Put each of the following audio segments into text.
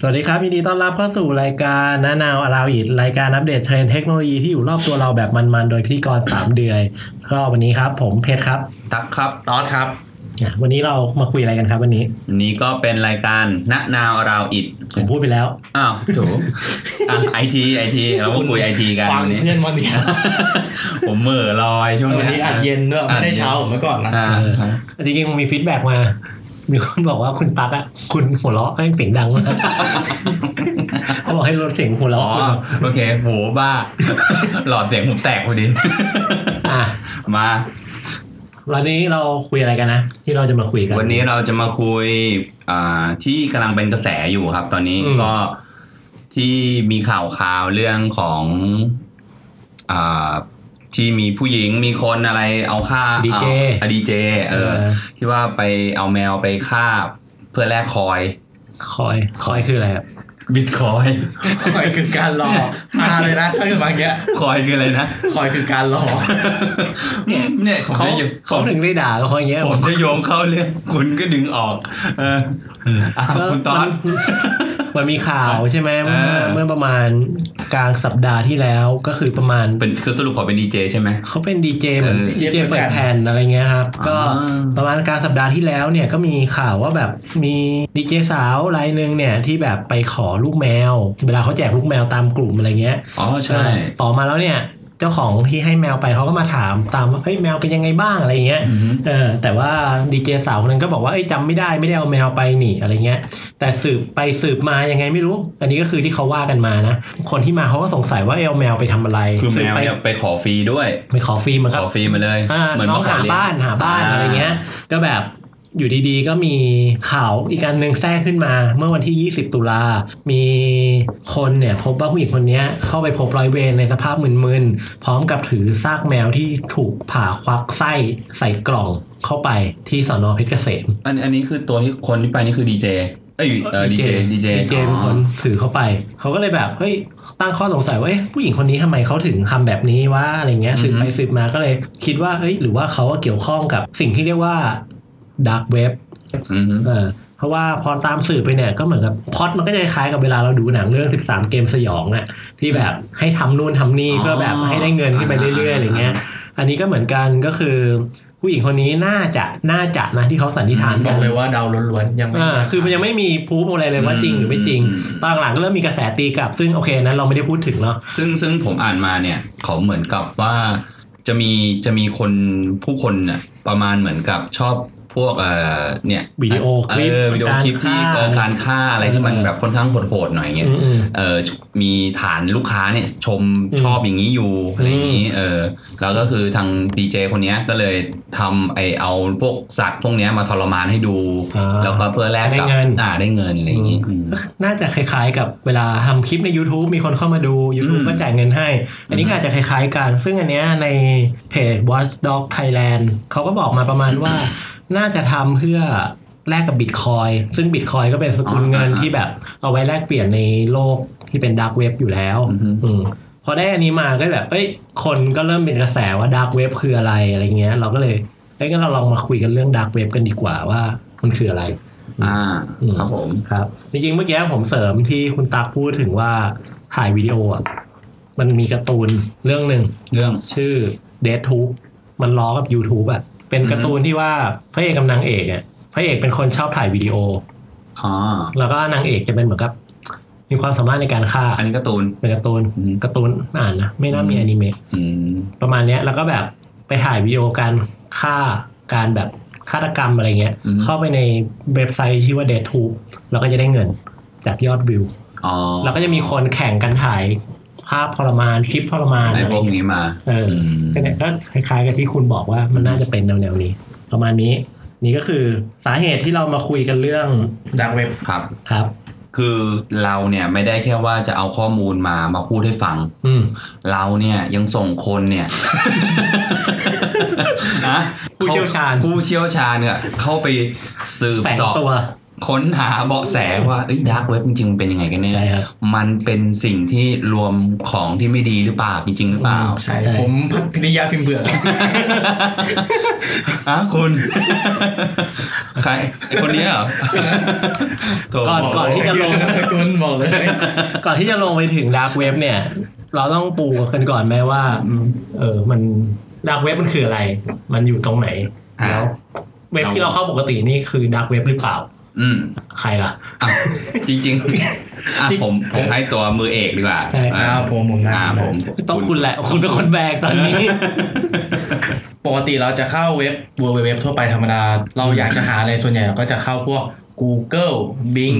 สวัสดีครับยินดีต้อนรับเข้าสู่รายการนานาวอาราวอีดรายการอัปเดตเทรนด์เทคโนโลยีที่อยู่รอบตัวเราแบบมันๆ โดยพิธีกรสามเดือนก็วันนี้ครับ ผมเพชรครับ ตักครับ ตอสครับ อ่ะวันนี้เรามาคุยอะไรกันครับวันนี้ วันนี้ก็เป็นรายการณนาวราวอิด ผมพูดไปแล้ว อ้าวถูกไอทีไอทีเราก็คุยไอทีกัน ฟัง วันนี้ เพื่อนวันนี้ ผมเหม่อลอยช่วง วัน นี้ นี้อัดเย็นด้วยไม่ได้เช้าเหมือนเมื่อก่อนนะ อ่าครับ จริงๆมันมีฟีดแบ็กมา มีคนบอกว่าคุณตั๊กอ่ะคุณหัวเราะแม่งเสียงดังมากเขาบอกให้ลดเสียงหัว อ๋อ เราะคุณ โอเคโหบ้า หลอดเสียงผมแตกพอดี อ่ะ มา วันนี้เราคุยอะไรกันนะ ที่เราจะมาคุยกัน วันนี้เราจะมาคุยอ่าที่กำลังเป็นกระแสอยู่ครับ ตอนนี้ อืม ก็ที่มีข่าวข่าวเรื่องของอ่าที่มีผู้หญิงมีคนอะไรเอาค่า ดีเจ ดีเจเออ ที่ว่าไปเอาแมวไปฆ่าเพื่อแลกคอย คอยคอยคืออะไรครับ บิตคอย คอยคือการรอมาเลยนะถ้าเกิดบางอย่าง คอยคืออะไร นะ คอยคือการรอ เนี่ยผม เขา จะโยง เขาถึงได้ด่าเขาอย่างเงี้ย ผมจะโยงเข้าเรื่องคุณก็ดึงออก เอออ่ะคุณตอน มัน มันมีข่าวใช่ไหมเมื่อ เออ เมื่อประมาณกลางสัปดาห์ที่แล้วก็คือประมาณ เป็นคือสรุปขอเป็นดีเจใช่ไหม เขาเป็นดีเจเหมือน เออ ดีเจ DJ เปิดแผ่นอะไรเงี้ยครับ ก็ อ่า ประมาณกลางสัปดาห์ที่แล้วเนี่ยก็มีข่าวว่าแบบมีดีเจสาวรายหนึ่งเนี่ยที่แบบไปขอลูกแมว เวลาเขาแจกลูกแมวตามกลุ่มอะไรเงี้ย อ๋อใช่ ต่อมาแล้วเนี่ยเจ้าของที่ให้แมวไปเขาก็มาถามตามว่าเฮ้ยแมวเป็นยังไงบ้างอะไรเงี้ย อืม เออแต่ว่าดีเจสาวคนนั้นก็บอกว่าเอ้ยจำไม่ได้ไม่ได้เอาแมวไปหนีอะไรเงี้ย แต่สืบไปสืบมายังไงไม่รู้ อันนี้ก็คือที่เขาว่ากันมานะคนที่มาเขาก็สงสัยว่าเอ้ยเอาแมวไปทำอะไร คือแม สืบ ว ไป เนี่ยไปขอฟรีด้วย ไปขอฟรีมัน ข ก็ อฟรีมาเลย อ่า เหมือน น้อ มางขอ หา เลี้ยง บ้านหาบ้าน อ่า อะไรเงี้ย ก็แบบอยู่ดีๆ ก็มีข่าวอีกอันหนึ่งแทรกขึ้นมา เมื่อวันที่ 20 ตุลา มีคนเนี่ยพบว่าผู้หญิงคนเนี้ยเข้าไปพบร้อยเวรในสภาพมึนๆพร้อมกับถือซากแมวที่ถูกผ่าควักไส้ใส่กล่องเข้าไปที่สอนอเพชรเกษม อันอันนี้คือตัวที่คนที่ไปนี่คือดีเจเอ้ยเออดีเจดีเจ ดีเจเป็นคนถือเข้าไป เขาก็เลยแบบเฮ้ยตั้งข้อสงสัยว่าเอ๊ะผู้หญิงคนนี้ทำไมเขาถึงทำแบบนี้ว่าอะไรเงี้ยสืบไปสืบมาก็เลยคิดว่าเอ้ยหรือว่าเขาเกี่ยวข้องกับสิ่งที่เรียกว่าด a r k กเว็บ อืม เออเพราะว่าพอตามสื่อไปเนี่ยก็เหมือนกับพล็อดมันก็จะคล้ายกับเวลาเราดูหนังเรื่อง 13 เกมสยองอะที่แบบให้ทำนู่นทำนี่เพื่อแบบให้ได้เงินขึ้นไปเรื่อยๆอะไรเงี้ย อันนี้ก็เหมือนกันก็คือ ผู้หญิงคนนี้น่าจะน่าจะนะที่เขาสันนิษฐาน บ กั อก น เลยว่าเดาล้วนๆยังไม่ อ่าคือมันยังไม่มีพูฟอะไรเลยว่าจริงหรือไม่จริง ม ตอนหลังก็เริ่มมีกระแสตีกลับ ซึ่งโอเคนั้นเราไม่ได้พูดถึงเนาะ ซึ่งซึ่งผมอ่านมาเนี่ย เขาเหมือนกับว่าจะมีจะมีคนผู้คนน่ะประมาณเหมือนกับชอบพวกเอ่อเนี่ย วิดีโอคลิป เออวิดีโอคลิปที่ การฆ่า เอ่อการฆ่าอะไรที่มันแบบค่อนข้างโหดๆหน่อยเงี้ย อืม เออมีฐานลูกค้าเนี่ยชม อืม ชอบอย่างนี้อยู่อะไรอย่างนี้เออแล้วก็คือทางดีเจคนเนี้ยก็เลยทำไอเอาพวกสัตว์พวกเนี้ยมาทรมานให้ดู อ่า แล้วก็เพื่อแลกกับ ได้เงิน อ่าได้เงินอะไรอย่างนี้อืม น่าจะคล้ายๆ กับเวลาทำคลิปใน YouTube มีคนเข้ามาดู YouTube อืม ก็จ่ายเงินให้ อันนี้ก็อาจจะคล้ายๆกัน ซึ่งอันเนี้ยในเพจ Watchdog Thailand เขาก็บอกมาประมาณว่า น่าจะทำเพื่อแลกกับบิตคอยซึ่งบิตคอยก็เป็นสกุลเงิน อ่าๆ ที่แบบเอาไว้แลกเปลี่ยนในโลกที่เป็นด a r k กเว็บอยู่แล้ว อือฮึ อืมพอได้อันนี้มาก็แบบเอ้ยคนก็เริ่มเป็นกระแสว่าด a r k กเว็บคืออะไรอะไรเงี้ย เราก็เลยเอ้ยงั้นเราลองมาคุยกันเรื่องด a r k กเว็บกันดีกว่าว่ามันคืออะไร อ่า อืม ครับผม ครับจริงๆเมื่อกี้ผมเสริมที่คุณตักพูดถึงว่าถ่ายวิดีโออ่ะมันมีการ์ตูนเรื่องหนึ่ง เรื่อง ชื่อ Dead t o o มันล้อกับ YouTube อ่ะเป็นการ์ตูนที่ว่าพระเอกกับนางเอกอ่ะพระเอกเป็นคนชอบถ่ายวิดีโอ อ๋อ แล้วก็นางเอกจะเป็นเหมือนกับ มีความสามารถในการฆ่า อันนี้การ์ตูน เป็นการ์ตูน อืม การ์ตูนอ่านนะไม่น่ามีอนิเมะ อืม ประมาณเนี้ยแล้วก็แบบไปถ่ายวิดีโอการฆ่าการแบบฆาตกรรมอะไรเงี้ย อืม เข้าไปในเว็บไซต์ที่ว่า Dead t o o แล้วก็จะได้เงินจากยอดวิว อ๋อ แล้วก็จะมีคนแข่งกันถ่ายภาพทรมานคลิปทรมาน ไอ้ อะไร พวก เงี้ย นี้มา เอออื ม ก็เนี่ยก็คล้ายๆกับที่คุณบอกว่ามันน่าจะเป็นแนวๆนี้ ประมาณนี้ นี่ก็คือสาเหตุที่เรามาคุยกันเรื่อง ดักเว็บ ครับ ครับ คือเราเนี่ยไม่ได้แค่ว่าจะเอาข้อมูลมามาพูดให้ฟัง อืม เราเนี่ยยังส่งคน เนี่ย ฮะ ผู้เชี่ยวชาญ ผู้เชี่ยวชาญเนี่ยเข้าไปสืบ แฝง สอบ ตัว ค้นหาเบาะแสว่าเอ้ยดาร์กเว็บจริงๆมันเป็นยังไงกันแน่ ใช่ครับ มันเป็นสิ่งที่รวมของที่ไม่ดีหรือเปล่าจริง ๆ หรือเปล่า ใช่ผมพินิยาพิมพ์เบื่อครับ อ่ะคุณ ใครไอ้คนเนี้ย เหรอโถ ก่อน ที่จะลง นักกุลบอกเลย ก่อนที่จะลงไปถึงดาร์กเว็บเนี่ย เราต้องปูกันก่อนไหมว่า เออ มันดาร์กเว็บมันคืออะไร มันอยู่ตรงไหน อ่า แล้วเว็บที่เราเข้าปกตินี่คือดาร์กเว็บหรือเปล่า อืม ใครล่ะ อ่ะจริงๆอ่ะผมผมให้ตัวมือเอกดีกว่า ใช่ อ่ะ อ้าวผมผมนะ อ่าผม ต้องคุณแหละ คุณเป็นคนแบกตอนนี้ ปกติเราจะเข้าเว็บ w w w ทั่วไปธรรมดา เราอยากจะหาอะไรส่วนใหญ่เราก็จะเข้าพวก Google Bing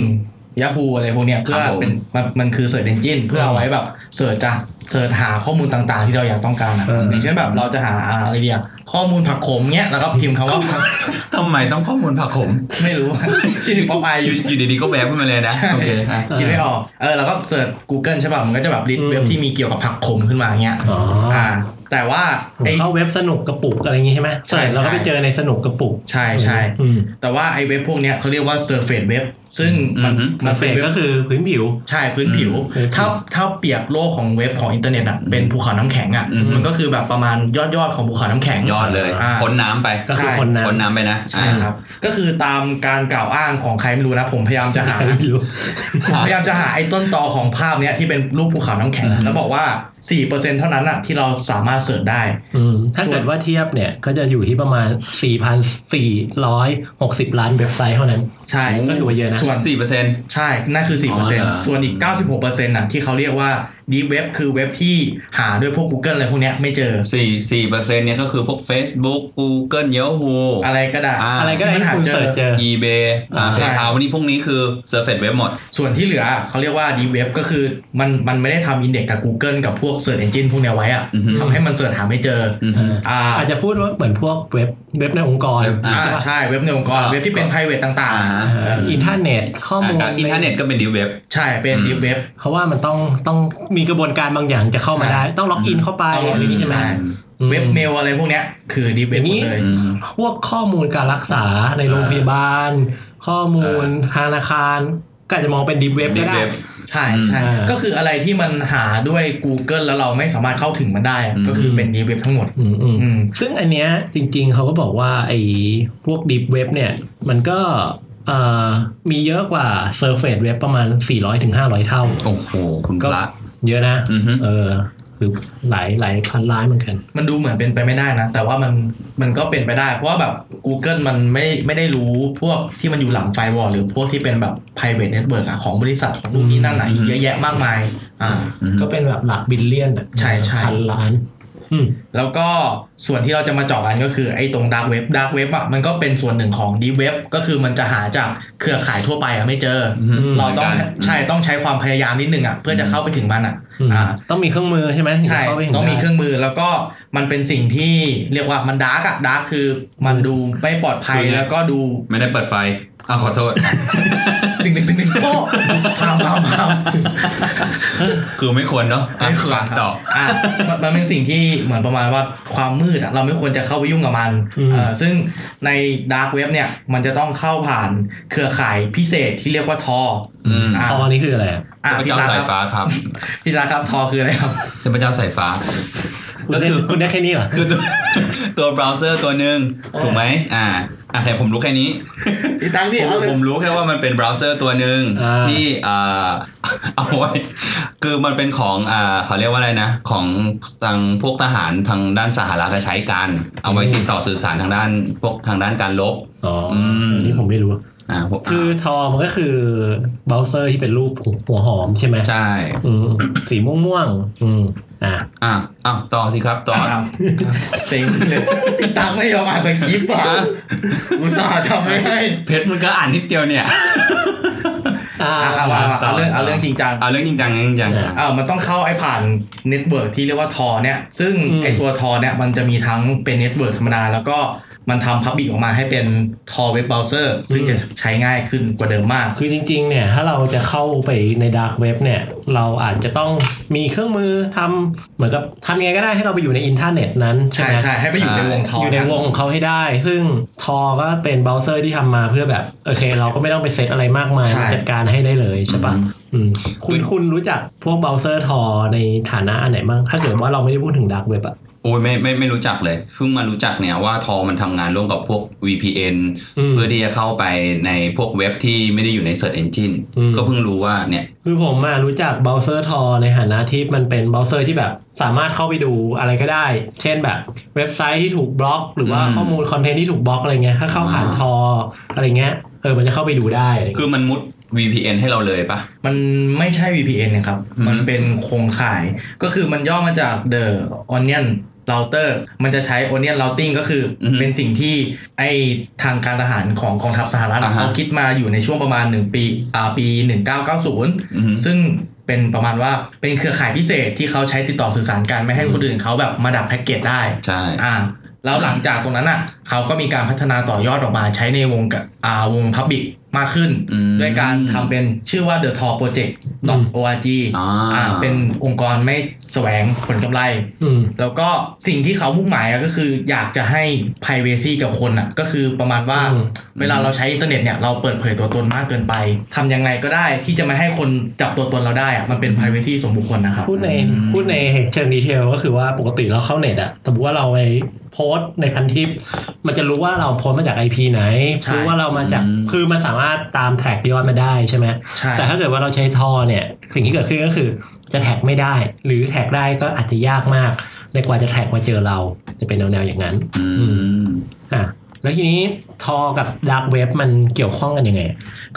Yahoo อะไรพวกเนี้ย ค เพื่ รั อบ ผม เป็นมันมันคือ Search Engine เพื่อเอาไว้แบบเสิร์ชจะเสิร์ชหาข้อมูลต่างๆ ที่เราอยากต้องการอะ เออ อ อ ย่างเช่นแบบเราจะหาอะไรเดียข้อมูลผักขมเงี้ยแล้วก็พิมพ์คำว่า ทำไมต้องข้อมูลผักขม ไม่รู้ คิดถึงป๊อปไอ อยู่ ยู่อยู่ดีๆก็แวบขึ้นมาเลยนะ ใช่ โอเคอ่ะ คิดไม่ออก เออเราก็เสิร์ช Google ใช่ป่ะ มันก็จะแบบลิส อื ต์ ม เว็บที่มีเกี่ยวกับผักขมขึ้นมาเงี้ย อ๋อ อ่า แต่ว่าไอ้ เข้าเว็บสนุกกระปุกอะไรอย่างงี้ใช่ไหมเสิใช่ร์ชเราก็ไป ใช่ เจอในสนุกกระปุก ใช่ใช่ อืม แต่ว่าไอ้เว็บพวกเนี้ยเขาเรียกว่า surface web ซึ่งมัน มั มัน น เฟ เป็น ก เว็บ ก็คือพื้นผิว ใช่พื้นผิว อืม ถ้าถ้าเปรียบโลกของเว็บของอินเทอร์เน็ตอ่ะเป็นภูเขาน้ำแข็งอ่ะ อืม มันก็คือแบบประมาณยอดยอดๆของภูเขาน้ำแข็ง ยอดเลย อ่า พ้นน้ำไป ก็คือคนนั้น พ้นน้ำไปนะ ใช่ครับ ก็คือตามการกล่าวอ้างของใครไม่รู้นะ ผมพยายามจะหา พื้นผิว ผม พยายามจะหาไอ้ต้นตอของภาพเนี้ยที่เป็นรูปภูเขาน้ำแข็ง อืม แล้วบอกว่า 4%เท่านั้นอะที่เราสามารถเสิร์ชได้ อืมถ้าเกิดว่าเทียบเนี่ย ก็จะอยู่ที่ประมาณ 4,460 ล้านเว็บไซต์เท่านั้น ใช่ ก็ถือว่าเยอะนะ ส่วน สี่เปอร์เซ็นต์ ใช่นั่นคือ อ๋อเหรอ 4%ส่วนอีก 96%น่ะที่เขาเรียกว่า Deep Web คือเว็บที่หาด้วยพวก Google อะไรพวกเนี้ยไม่เจอ สี่สี่เปอร์เซ็นต์เนี่ยก็คือพวก Facebook Google Yahoo อะไรก็ได้ อ่า อะไรก็ได้ที่คุณเสิร์ชเจอ eBay อ่า ใช่ เฟซเอาวันนี้พวกนี้คือ Surface Web หมด ส่วนที่เหลือเขาเรียกว่า Deep Web ก็คือมันมันไม่ได้ทำอินเด็กกับ Google กับพวก Search Engine พวกเนี้ยไว้อะ อือฮึ ทำให้มันเสิร์ชหาไม่เจอ อืม อ่า อ่า อาจจะพูดว่าเหมือนพวกเว็บเว็บในองค์กร เว็บ อ่าใช่เว็บในองค์กรเว็บที่เป็น private ต่าง อ่า ๆ ฮะ อ่าอินเทอร์เน็ตข้อมูล อ่าอินเทอร์เน็ตก็เป็นดิวเว็บ ใช่เป็น Deep Web เพราะว่ามันต้องต้องมีกระบวนการบางอย่างจะเข้ามา ใช่ ได้ ต้องล็อกอินเข้าไป ต้องล็อก อะไร อิน นี้ใช่ไหม ใช่ อื เว็บเมลอะไรพวกเนี้ยคือดีเว็บ อ ห ย่าง ม นี้ ดเลย พวกข้อมูลการรักษาในโรงพยาบาล ข้อมูลธนาคาร ก็อาจจะมองเป็นดิฟเว็บก็ได้ ใช่ อืม ใช่ อ่า ก็คืออะไรที่มันหาด้วย Google แล้วเราไม่สามารถเข้าถึงมันได้อะ อืม ก็คือเป็นดีเว็บทั้งหมด อืมอืม อืม ซึ่งอันเนี้ยจริงๆ เขาก็บอกว่าไอ้พวก Deep Web เนี่ย มันก็เอ่อมีเยอะกว่า Surface Web ประมาณ 400-500ถึง500 เท่า โอ้โห คุณ ก็ พระ เยอะนะ อือฮึ เออ คือหลายหลายพันล้านเหมือนกัน มันดูเหมือนเป็นไปไม่ได้นะ แต่ว่ามันมันก็เป็นไปได้ เพราะว่าแบบ Google มันไม่ไม่ได้รู้พวกที่มันอยู่หลังไฟวอลหรือพวกที่เป็นแบบ private network อะของบริษัทของนู่นนี่นั่นอะอีกเยอะแยะมากมายอ่า อืม ก็เป็นแบบหลักบิลเลียนอ่ะ ใช่ใช่ พันล้าน อืม แล้วก็ส่วนที่เราจะมาเจาะกันก็คือไอ้ตรงดาร์กเว็บดาร์กเว็บอะมันก็เป็นส่วนหนึ่งของดีเว็บก็คือมันจะหาจากเครือข่ายทั่วไปอะไม่เจอ อืม เราต้อง หมืนกัน ใช่ต้องใช้ความพยายามนิดนึงอ่ะเพื่อจะเข้าไปถึงมันอ่ะ อืม อ่า ต้องมีเครื่องมือใช่ไหมถึ ใช่ จะเข้าไปถึ ต้องมี ได้ เครื่องมือแล้วก็มันเป็นสิ่งที่เรียกว่ามันดาร์กอ่ะดาร์กคือมันดูไม่ปลอดภัย คือไง แล้วก็ดู ไม่ได้เปิดไฟอ้าวขอโทษ ตึงตึงตึงตึงโอ้พามพามพาม คือไม่ควรเนาะอ่ะ ไม่ควร ปากต่อ อ่ะมันมันเป็นสิ่งที่เหมือนประมาณว่าความมืดอ่ะเราไม่ควรจะเข้าไปยุ่งกับมัน อืม เอ่อซึ่งในดาร์กเว็บเนี่ยมันจะต้องเข้าผ่านเครือข่ายพิเศษที่เรียกว่าทอ อืม อ่ะ พอนี่คืออะไรอะ อ่ะ เทพ พี่ เจ้า ตาค สาย รับ ฟ้าครับ พี่ตาครับทอคืออะไรครับ เทพเจ้าสายฟ้า คุณ ก็ ได้ คือ คุณได้แค่นี้เหรอ คือตัวตัวเบราว์เซอร์ตัวหนึ่ง เออ ถูกไหมอ่าอ่ะแต่ผมรู้แค่นี้ พี่ตาพี่ ผ เอา ม เลย ผมรู้แค่ว่ามันเป็นเบราว์เซอร์ตัวหนึ่ง อ่า ที่อ่า เอาไว้คือมันเป็นของอ่าเขาเรียกว่าอะไรนะ ของทางพวกทหารทางด้านสหรัฐอะใช้กัน เอาไว้ติดต่อสื่อสารทางด้านพวกทางด้านการลบ อ๋ออ ม อันนี่ผมไม่รู้ อ่าพวก คือทอมันก็คือเบราว์เซอร์ที่เป็นรูปหัวหอมใช่ไหม ใช่ อืมสีม่วงม่วงๆอืมอ่ะ อ่ะอ้าวต่อสิครับ ต่อ ครับเซ็งเลยพี่ตั๊กไม่ยอมอ่านสคริปต์อ่ะอุตส่าห์ทำไม่ให้ เพชรมึงก็อ่านนิดเดียวเนี่ย อ่า อ่ะเอาว่าเอาเรื่องเอาเรื่องจริงจัง เอาเรื่องจริงจังจริงจัง เอ่ามันต้องเข้าไอ้ผ่านเน็ตเวิร์กที่เรียกว่าทอเนี่ย ซึ่ง อืม ไอ้ตัวทอเนี่ยมันจะมีทั้งเป็นเน็ตเวิร์กธรรมดา แล้วก็ มันทำพับบิกออกมาให้เป็นทอเว็บเบราว์เซอร์ซึ่งจะใช้ง่ายขึ้นกว่าเดิมมาก คือจริงๆ เนี่ย ถ้าเราจะเข้าไปในดาร์กเว็บเนี่ย เราอาจจะต้องมีเครื่องมือทำเหมือนกับทำยังไงก็ได้ให้เราไปอยู่ในอินเทอร์เน็ตนั้นใช่ ใช่ ไหม ใช่ให้ไปอยู่ในวงทอ อยู่ในวงของเขาให้ได้ ซึ่งทอก็เป็นเบราว์เซอร์ที่ทำมาเพื่อแบบ โอเค เราก็ไม่ต้องไปเซตอะไรมากมาย ใช่ จัดการให้ได้เลยใช่ปะ อืม อืมคุณคุณรู้จักพวกเบราว์เซอร์ทอในฐานะอันไหนบ้างถ้าเกิดว่าเราไม่ได้พูดถึงดาร์กเว็บอะ โอ้ยไม่ไม่ไม่รู้จักเลยเพิ่งมารู้จักเนี่ยว่าทอมันทำงานร่วมกับพวก VPN อืม เพื่อที่จะเข้าไปในพวกเว็บที่ไม่ได้อยู่ใน Search Engine อืม ก็เพิ่งรู้ว่าเนี่ย คือผมมารู้จักเบราว์เซอร์ทอในฐานะที่มันเป็นเบราว์เซอร์ที่แบบสามารถเข้าไปดูอะไรก็ได้ เช่นแบบเว็บไซต์ที่ถูกบล็อก หรือว่าข้อมูลคอนเทนต์ที่ถูกบล็อกอะไรเงี้ยถ้าเข้าผ่านทออะไรเงี้ยเออมันจะเข้าไปดูได้อะไร คื เงี้ย อมันมุด VPN ให้เราเลยปะ มันไม่ใช่ VPN นะครับ อืม มันเป็นโครงข่าย ก็คือมันย่อมาจาก The Onion Router มันจะใช้ Onion Routing ก็คืออ ม เป็นสิ่งที่ไอทางการทหารของกองทัพสหรัฐ อ่าฮะ เขาคิดมาอยู่ในช่วงประมาณ 1 ปีอ่าปี 1990 อืม ซึ่งเป็นประมาณว่าเป็นเครือข่ายพิเศษที่เขาใช้ติดต่อสื่อสารกันไม่ให้ อืม คนอื่นเขาแบบมาดักแพ็กเกจได้ ใช่ อ่าแล้วหลังจากตรงนั้นอ่ะเขาก็มีการพัฒนาต่อยอดออกมาใช้ในวงกับอ่าวงพับบิกมากขึ้น อืม ด้วยการทำเป็นชื่อว่า The Tor Project .org อ่า อ่าเป็นองค์กรไม่แสวงผลกำไร อืม แล้วก็สิ่งที่เขามุ่งหมายอะก็คืออยากจะให้ privacy กับคนอ่ะก็คือประมาณว่า อืม เวลาเราใช้อินเทอร์เน็ตเนี่ยเราเปิดเผยตัวตนมากเกินไปทำยังไงก็ได้ที่จะไม่ให้คนจับตัวตนเราได้อ่ะมันเป็น privacy ส่วนบุคคลนะครับ พูดใน อืม พูดในเชิงดีเทลก็คือว่าปกติเราเข้าเน็ตอะสมมติว่าเราไปโพสต์ในพันทิป มันจะรู้ว่าเราโพสต์มาจาก IP ไหน ใช่ รู้ว่าเรามาจาก อืม คือมันสามารถตามแท็กยอดมาได้ใช่ไหม ใช่ แต่ถ้าเกิดว่าเราใช้ทอเนี่ยสิ่งที่เกิดขึ้นก็คือจะแท็กไม่ได้ หรือแท็กได้ก็อาจจะยากมาก ในกว่าจะแท็กมาเจอเราจะเป็นแนวๆอย่างนั้น อืม อ่ะแล้วทีนี้ทอกับดาร์กเว็บมันเกี่ยวข้องกันยังไง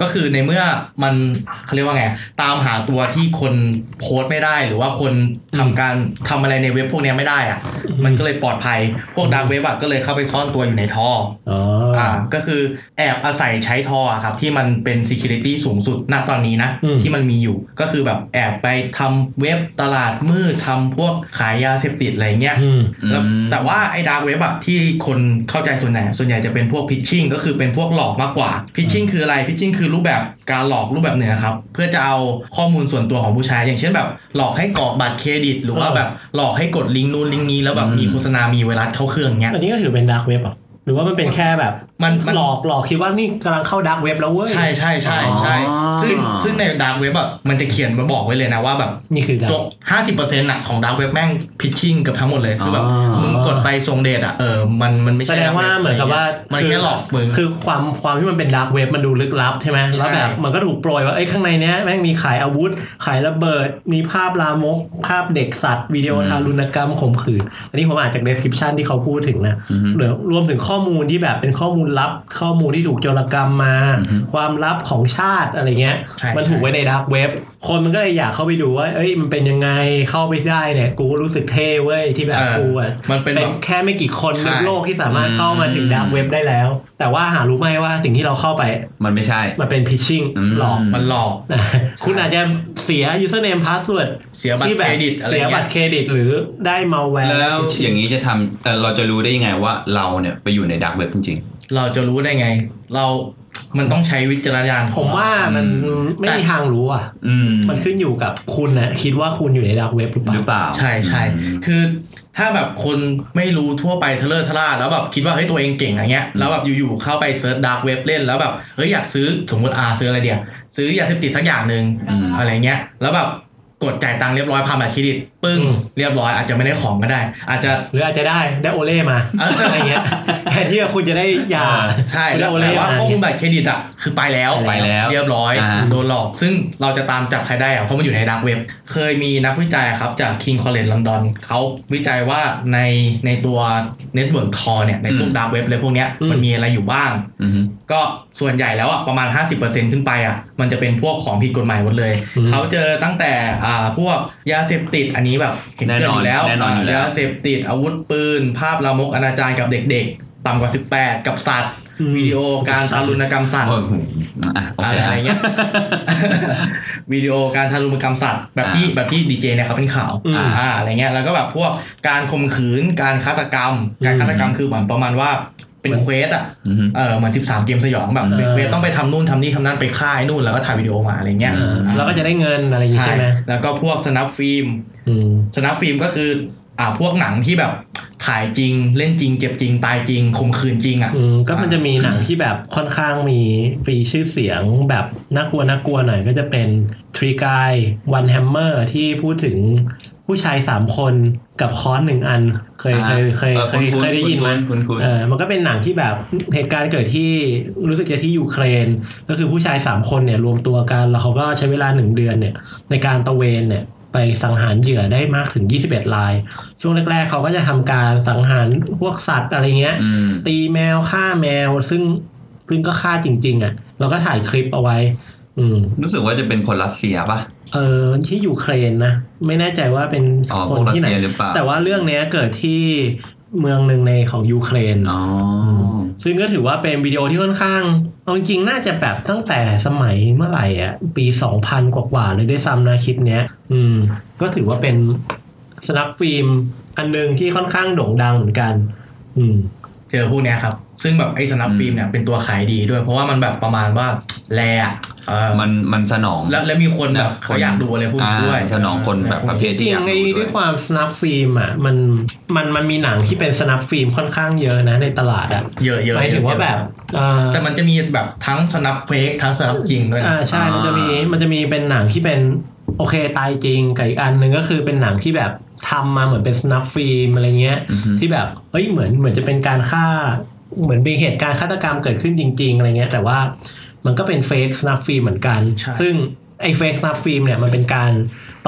ก็คือในเมื่อมันเขาเรียกว่าไงตามหาตัวที่คนโพสต์ไม่ได้ หรือว่าคนทำการทำอะไรในเว็บพวกเนี้ยไม่ได้อ่ะ อืม มันก็เลยปลอดภัยพวกดักเว็บอะก็เลยเข้าไปซ่อนตัวอยู่ในท่อ อ๋ออ อ่าก็คือแอบอาศัยใช้ทออะครับ ที่มันเป็น Security สูงสุดณตอนนี้นะ อืม ที่มันมีอยู่ก็คือแบบแอบไปทำเว็บตลาดมืดทำพวกขายยาเสพติดอะไรเงี้ย อืม แล้ว อืม แต่ว่าไอ้ดาร์กเว็บอะที่คนเข้าใจส่วนใหญ่ส่วนใหญ่จะเป็นพวกพิชชิ่งก็คือเป็นพวกหลอกมากกว่าพิชชิ่งคืออะไรพิชชิ่งคือรูปแบบการหลอกรูปแบบหนึ่งอะครับ เพื่อจะเอาข้อมูลส่วนตัวของผู้ใช้อย่างเช่นแบบหลอกให้กรอกบัตรเครดิต หรือว่าแบบหลอกให้กดลิงก์นู้นลิงก์นี้แล้วแบบมีโฆษณามีไวรัสเข้าเครื่องเงี้ย อันนี้ก็ถือเป็นดาร์กเว็บอ่ะหรือว่ามันเป็นแค่แบบ มันมัน หลอกหลอกคิดว่านี่กำลังเข้าดาร์กเว็บแล้วเว้ย ใช่ใช่ใช่ใช่ อ๋อ ซึ่งซึ่งในดาร์กเว็บอ่ะมันจะเขียนมาบอกไว้เลยนะว่าแบบ นี่คือดา ต ร์ ร ก งห้าสิบเปอร์เซ็นต์ะของดาร์กเว็บแม่งพิชชิ่งกับทั้งหมดเลย คือแบบ อ๋อ มึงกดไปทรงเดทอ่ะเออมันมันไม่ แส ใช่ ดงว่าเหมือนกับว่า มันแค่หลอกมึง คือความความที่มันเป็นดาร์กเว็บมันดูลึกลับใช่ไหมแล้วแบบ ใช่ มันก็ถูกโปรยว่าเอ้ยข้างในเนี้ยแม่งมีขายอาวุธ ขายระเบิด มีภาพลามก ภาพเด็กสัตว์ วิดีโอ อืม ทารุณกรรมข่มขืน อันนี้ผมอ่านจาก description ที่เขาพูดถึงนะ อืม หรือรวมถึงข้อมูลที่แบบเป็นข้อมูลลับ ข้อมูลที่ถูกโจรกรรมมา อือฮึ ความลับของชาติอะไรเงี้ย ใช่ มันถูกไว้ในดาร์กเว็บ คนมันก็เลยอยากเข้าไปดูว่า เอ้ย มันเป็นยังไง เข้าไปได้เนี่ย กูรู้สึกเท่เว้ย ที่แบบ เออ กูอะ มันเป็น เป็ แบ น บ แค่ไม่กี่คน ใช่ ในโลกที่สามารถ อืม เข้ามาถึงดาร์กเว็บได้แล้ว แต่ว่าหารู้ไหมว่าสิ่งที่เราเข้าไป มันไม่ใช่ มันเป็นพิชชิ่ง อืม หลอก มันหลอก นะคุณอาจจะเสีย username password เสียบัต ที่ ร แบ เค บ รดิตอะไร เสีย เงี้ บั ย ตรเครดิตหรือได้ malware แล้วอย่างนี้จะทำเอ่อเราจะรู้ได้ยังไงว่าเราเนี่ยไปอยู่ในดักเว็บจริง เราจะรู้ได้ไง เรา มันต้องใช้วิจารณญาณข ผ อง มว่ามัน อืม ไม่มีทางรู้อ่ะ ๆอืม มันขึ้นอยู่กับคุณนะคิดว่าคุณอยู่ในดาร์กเว็บหรือเป ห ล่า รือเปล่า ใช่ใช่ อืม คือถ้าแบบคนไม่รู้ทั่วไปเทเลอร์ทล่าแล้วแบบคิดว่าเฮ้ยตัวเองเก่งอะไรเงี้ยแล้วแบบอยู่ๆเข้าไปเซิร์ชดาร์กเว็บเล่นแล้วแบบเฮ้ยอยากซื้อสมมติอาซื้ออะไรเดียวซื้อยาเสพติดสักอย่างหนึ่ง อืม อะไรเงี้ยแล้วแบบกดจ่ายตังค์เรียบร้อยผ่านบัตรเครดิตปึ้ง อืม เรียบร้อยอาจจะไม่ได้ของก็ได้ อาจจะ หรืออาจจะได้ได้โอเล่มา เอออ อะไรเงี้ย แทนที่ว่าคุณจะได้ยา ใช่ คุณได้ แล้ว โอเล่ แต่ว่า มา ข้อมูลบัตรเครดิตอะคือไปแล้ว ไปแล้ว เรียบร้อย อ่า โดนหลอกซึ่งเราจะตามจับใครได้อะเพราะมันอยู่ในดักเว็บ เคยมีนักวิจัยอะครับจาก King College London เขาวิจัยว่าในในตัวเน็ตเวิร์กทอเนี่ยในพวกดักเว็บเลยพวกเนี้ย อืม มันมีอะไรอยู่บ้าง อืม ก็ส่วนใหญ่แล้วอะประมาณ 50%ขึ้นไปอะมันจะเป็นพวกของผิดกฎหมายหมดเลย อืม เขาเจอตั้งแต่อ่าพวกยาเสพติดอันนี้แบบเห็นเกินอยู่แล้ว แน่นอนแน่นอนอยู่แล้ว ยาเสพติดอาวุธปืน ภาพลามกอนาจารกับเด็กๆ ต่ำกว่า 18 กับสัตว์ วิดีโอการทารุณกรรมสัตว์ โอ้โหอ่ะโอ อะ เค ไรเงี้ย วิดีโอการทารุณกรรมสัตว์แบบที่แบบที่ดีเจเนี่ยเขาเป็นข่าว อืม อ่าอะไรเงี้ยแล้วก็แบบพวกการข่มขืนการฆาตกรรม การฆาตกรรมคือเหมือนประมาณว่า ไป เป็นเควสอะ อือฮึ เออเหมือน13 เกมสยองแบบเป็น อ่า เควสต้องไปทำนู่นทำนี่ทำนั่นไปค่ายนู่นแล้วก็ถ่ายวิดีโอมาอะไรเงี้ย อ่าเราก็จะได้เงินอะไรอย่างงี้ ใช่ ใช่ไหม แล้วก็พวกสนับฟิล์ม อืม สนับฟิล์มก็คืออ่าพวกหนังที่แบบถ่ายจริงเล่นจริง เจ็บจริง ตายจริงข่มขืนจริงอ่ะ อืมก็มันจะมีหนังที่แบบค่อนข้างมีปีชื่อเสียงแบบน่ากลัวน่ากลัวหน่อยก็จะเป็นทรีกายวันแฮมเมอร์ที่พูดถึงผู้ชายสามคนกับค้อนหนึ่งอัน เคยเคยเคย อ่า เคย ออ เคยได้ยินไหม คุณคุณ เออมันก็เป็นหนังที่แบบเหตุการณ์เกิดที่รู้สึกจะที่ยูเครน ก็คือผู้ชายสามคนเนี่ยรวมตัวกัน แล้วเขาก็ใช้เวลาหนึ่งเดือนเนี่ยในการตระเวนเนี่ยไปสังหารเหยื่อได้มากถึง 21ราย ช่วงแรก ๆ เขาก็จะทำการสังหารพวกสัตว์อะไรเงี้ย อืม ตีแมวฆ่าแมวซึ่งซึ่งก็ฆ่าจริง ๆ อ่ะ เราก็ถ่ายคลิปเอาไว้ อืม รู้สึกว่าจะเป็นคนรัสเซียป่ะ เออที่ยูเครนนะ ไม่แน่ใจว่าเป็น อ๋อ ค พวน กรัส ที่ไหน เซียหรือเปล่า แต่ว่าเรื่องเนี้ยเกิดที่เมืองหนึ่งในของยูเครน อ๋อ ซึ่งก็ถือว่าเป็นวิดีโอที่ค่อนข้างเอาจริงๆน่าจะแบบตั้งแต่สมัยเมื่อไหร่อ่ะ ปี 2000 กว่าๆเลยด้วยซ้ำนะคลิปเนี้ย อืม ก็ถือว่าเป็นสนับฟิล์มอันหนึงที่ค่อนข้างโด่งดังเหมือนกัน อืม เจอพวกเนี้ยครับ ซึ่งแบบไอ้สนับฟิล์มเนี่ยเป็นตัวขายดีด้วย เพราะว่ามันแบบประมาณว่าแลอะเออ มันมันสนอง แล้วแล้วมีคนแบบ นะ เขาอยากดูอะไรพวกนี้ด้วย อ่าสนองคนแบบประเภท จริงไอ้ด้วยความสนับฟิล์มอ่ะมันมันมันมีหนังที่เป็นสนับฟิล์มค่อนข้างเยอะนะในตลาดอ่ะ เยอะเยอะ หมายถึงว่าแบบเอ่อ แต่มันจะมีแบบทั้งสนับเฟกทั้งสนับจริงด้วยนะ อ่าใช่มันจะมีมันจะมีเป็นหนังที่เป็นโอเคตายจริงกับอีกอันหนึ่งก็คือเป็นหนังที่แบบทำมาเหมือนเป็นสนับฟิล์มอะไรเงี้ย อือฮึ ที่แบบเฮ้ยเหมือนเหมือนจะเป็นการฆ่า เหมือนมีเหตุการณ์ฆาตกรรมเกิดขึ้นจริง ๆอะไรเงี้ย แต่ว่ามันก็เป็นเฟกสนับฟิล์มเหมือนกัน ซึ่งไอ้เฟกสนับฟิล์มเนี่ยมันเป็นการ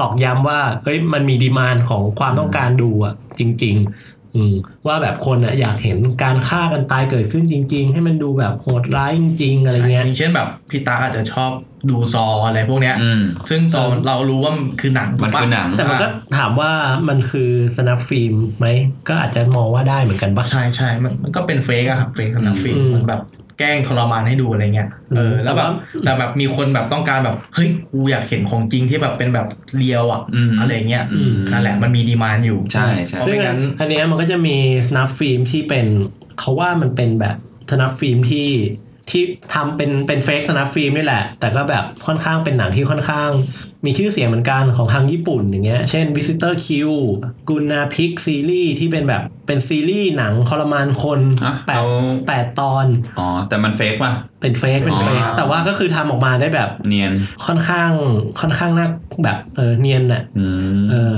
ตอกย้ำว่าเฮ้ยมันมีดีมานของความต้องการดูอะจริง ๆ อืมว่าแบบคนอะอยากเห็นการฆ่ากันตายเกิดขึ้นจริง ๆ ให้มันดูแบบโหดร้ายจริง ๆ อะไร ใช่ เงี้ย อย่างเช่นแบบพี่ตาอาจจะชอบดูซออะไรพวกเนี้ย อืม ซึ่งซอเรารู้ว่ามันคือหนังถู มั ก น ปะ คือหนัง แต่มันก็ถามว่ามันคือสนับฟิล์มไหมก็อาจจะมองว่าได้เหมือนกันปะ ใช่ใช่มันมันก็เป็นเฟกอะครับ เฟกสำหรับฟิล์ม อืม มันแบบแกล้งทรมานให้ดูอะไรเงี้ย เออ แล้วแบบ แต่ว่า แต่แบบมีคนแบบต้องการแบบ เฮ้ย กูอยากเห็นของจริงที่แบบเป็นแบบเรียวอะ อืม อะไรเงี้ย อืม นั่นแหละ มันมีดีมานอยู่ ใช่ใช่ เพราะ ซึ่ง ไม่ อั งั้ น น อันเนี้ยมันก็จะมีสนับฟิล์มที่เป็นเขาว่ามันเป็นแบบสนับฟิล์มที่ที่ทำเป็นเป็นเฟกสนับฟิล์มนี่แหละ แต่ก็แบบค่อนข้างเป็นหนังที่ค่อนข้าง มีชื่อเสียงเหมือนกันของทางญี่ปุ่นอย่างเงี้ย เช่น Visitor Q กุนาพิกซีรีส์ที่เป็นแบบเป็นซีรีส์หนังทรมานคน อ่ะ แปด เอา แปดตอน อ๋อ แต่มันเฟกป่ะ เป็นเฟกเป็นเฟก อ๋อ แต่ว่าก็คือทำออกมาได้แบบ เนียน ค่อนข้างค่อนข้างน่าแบบเออเนียนน่ะ อืม เออ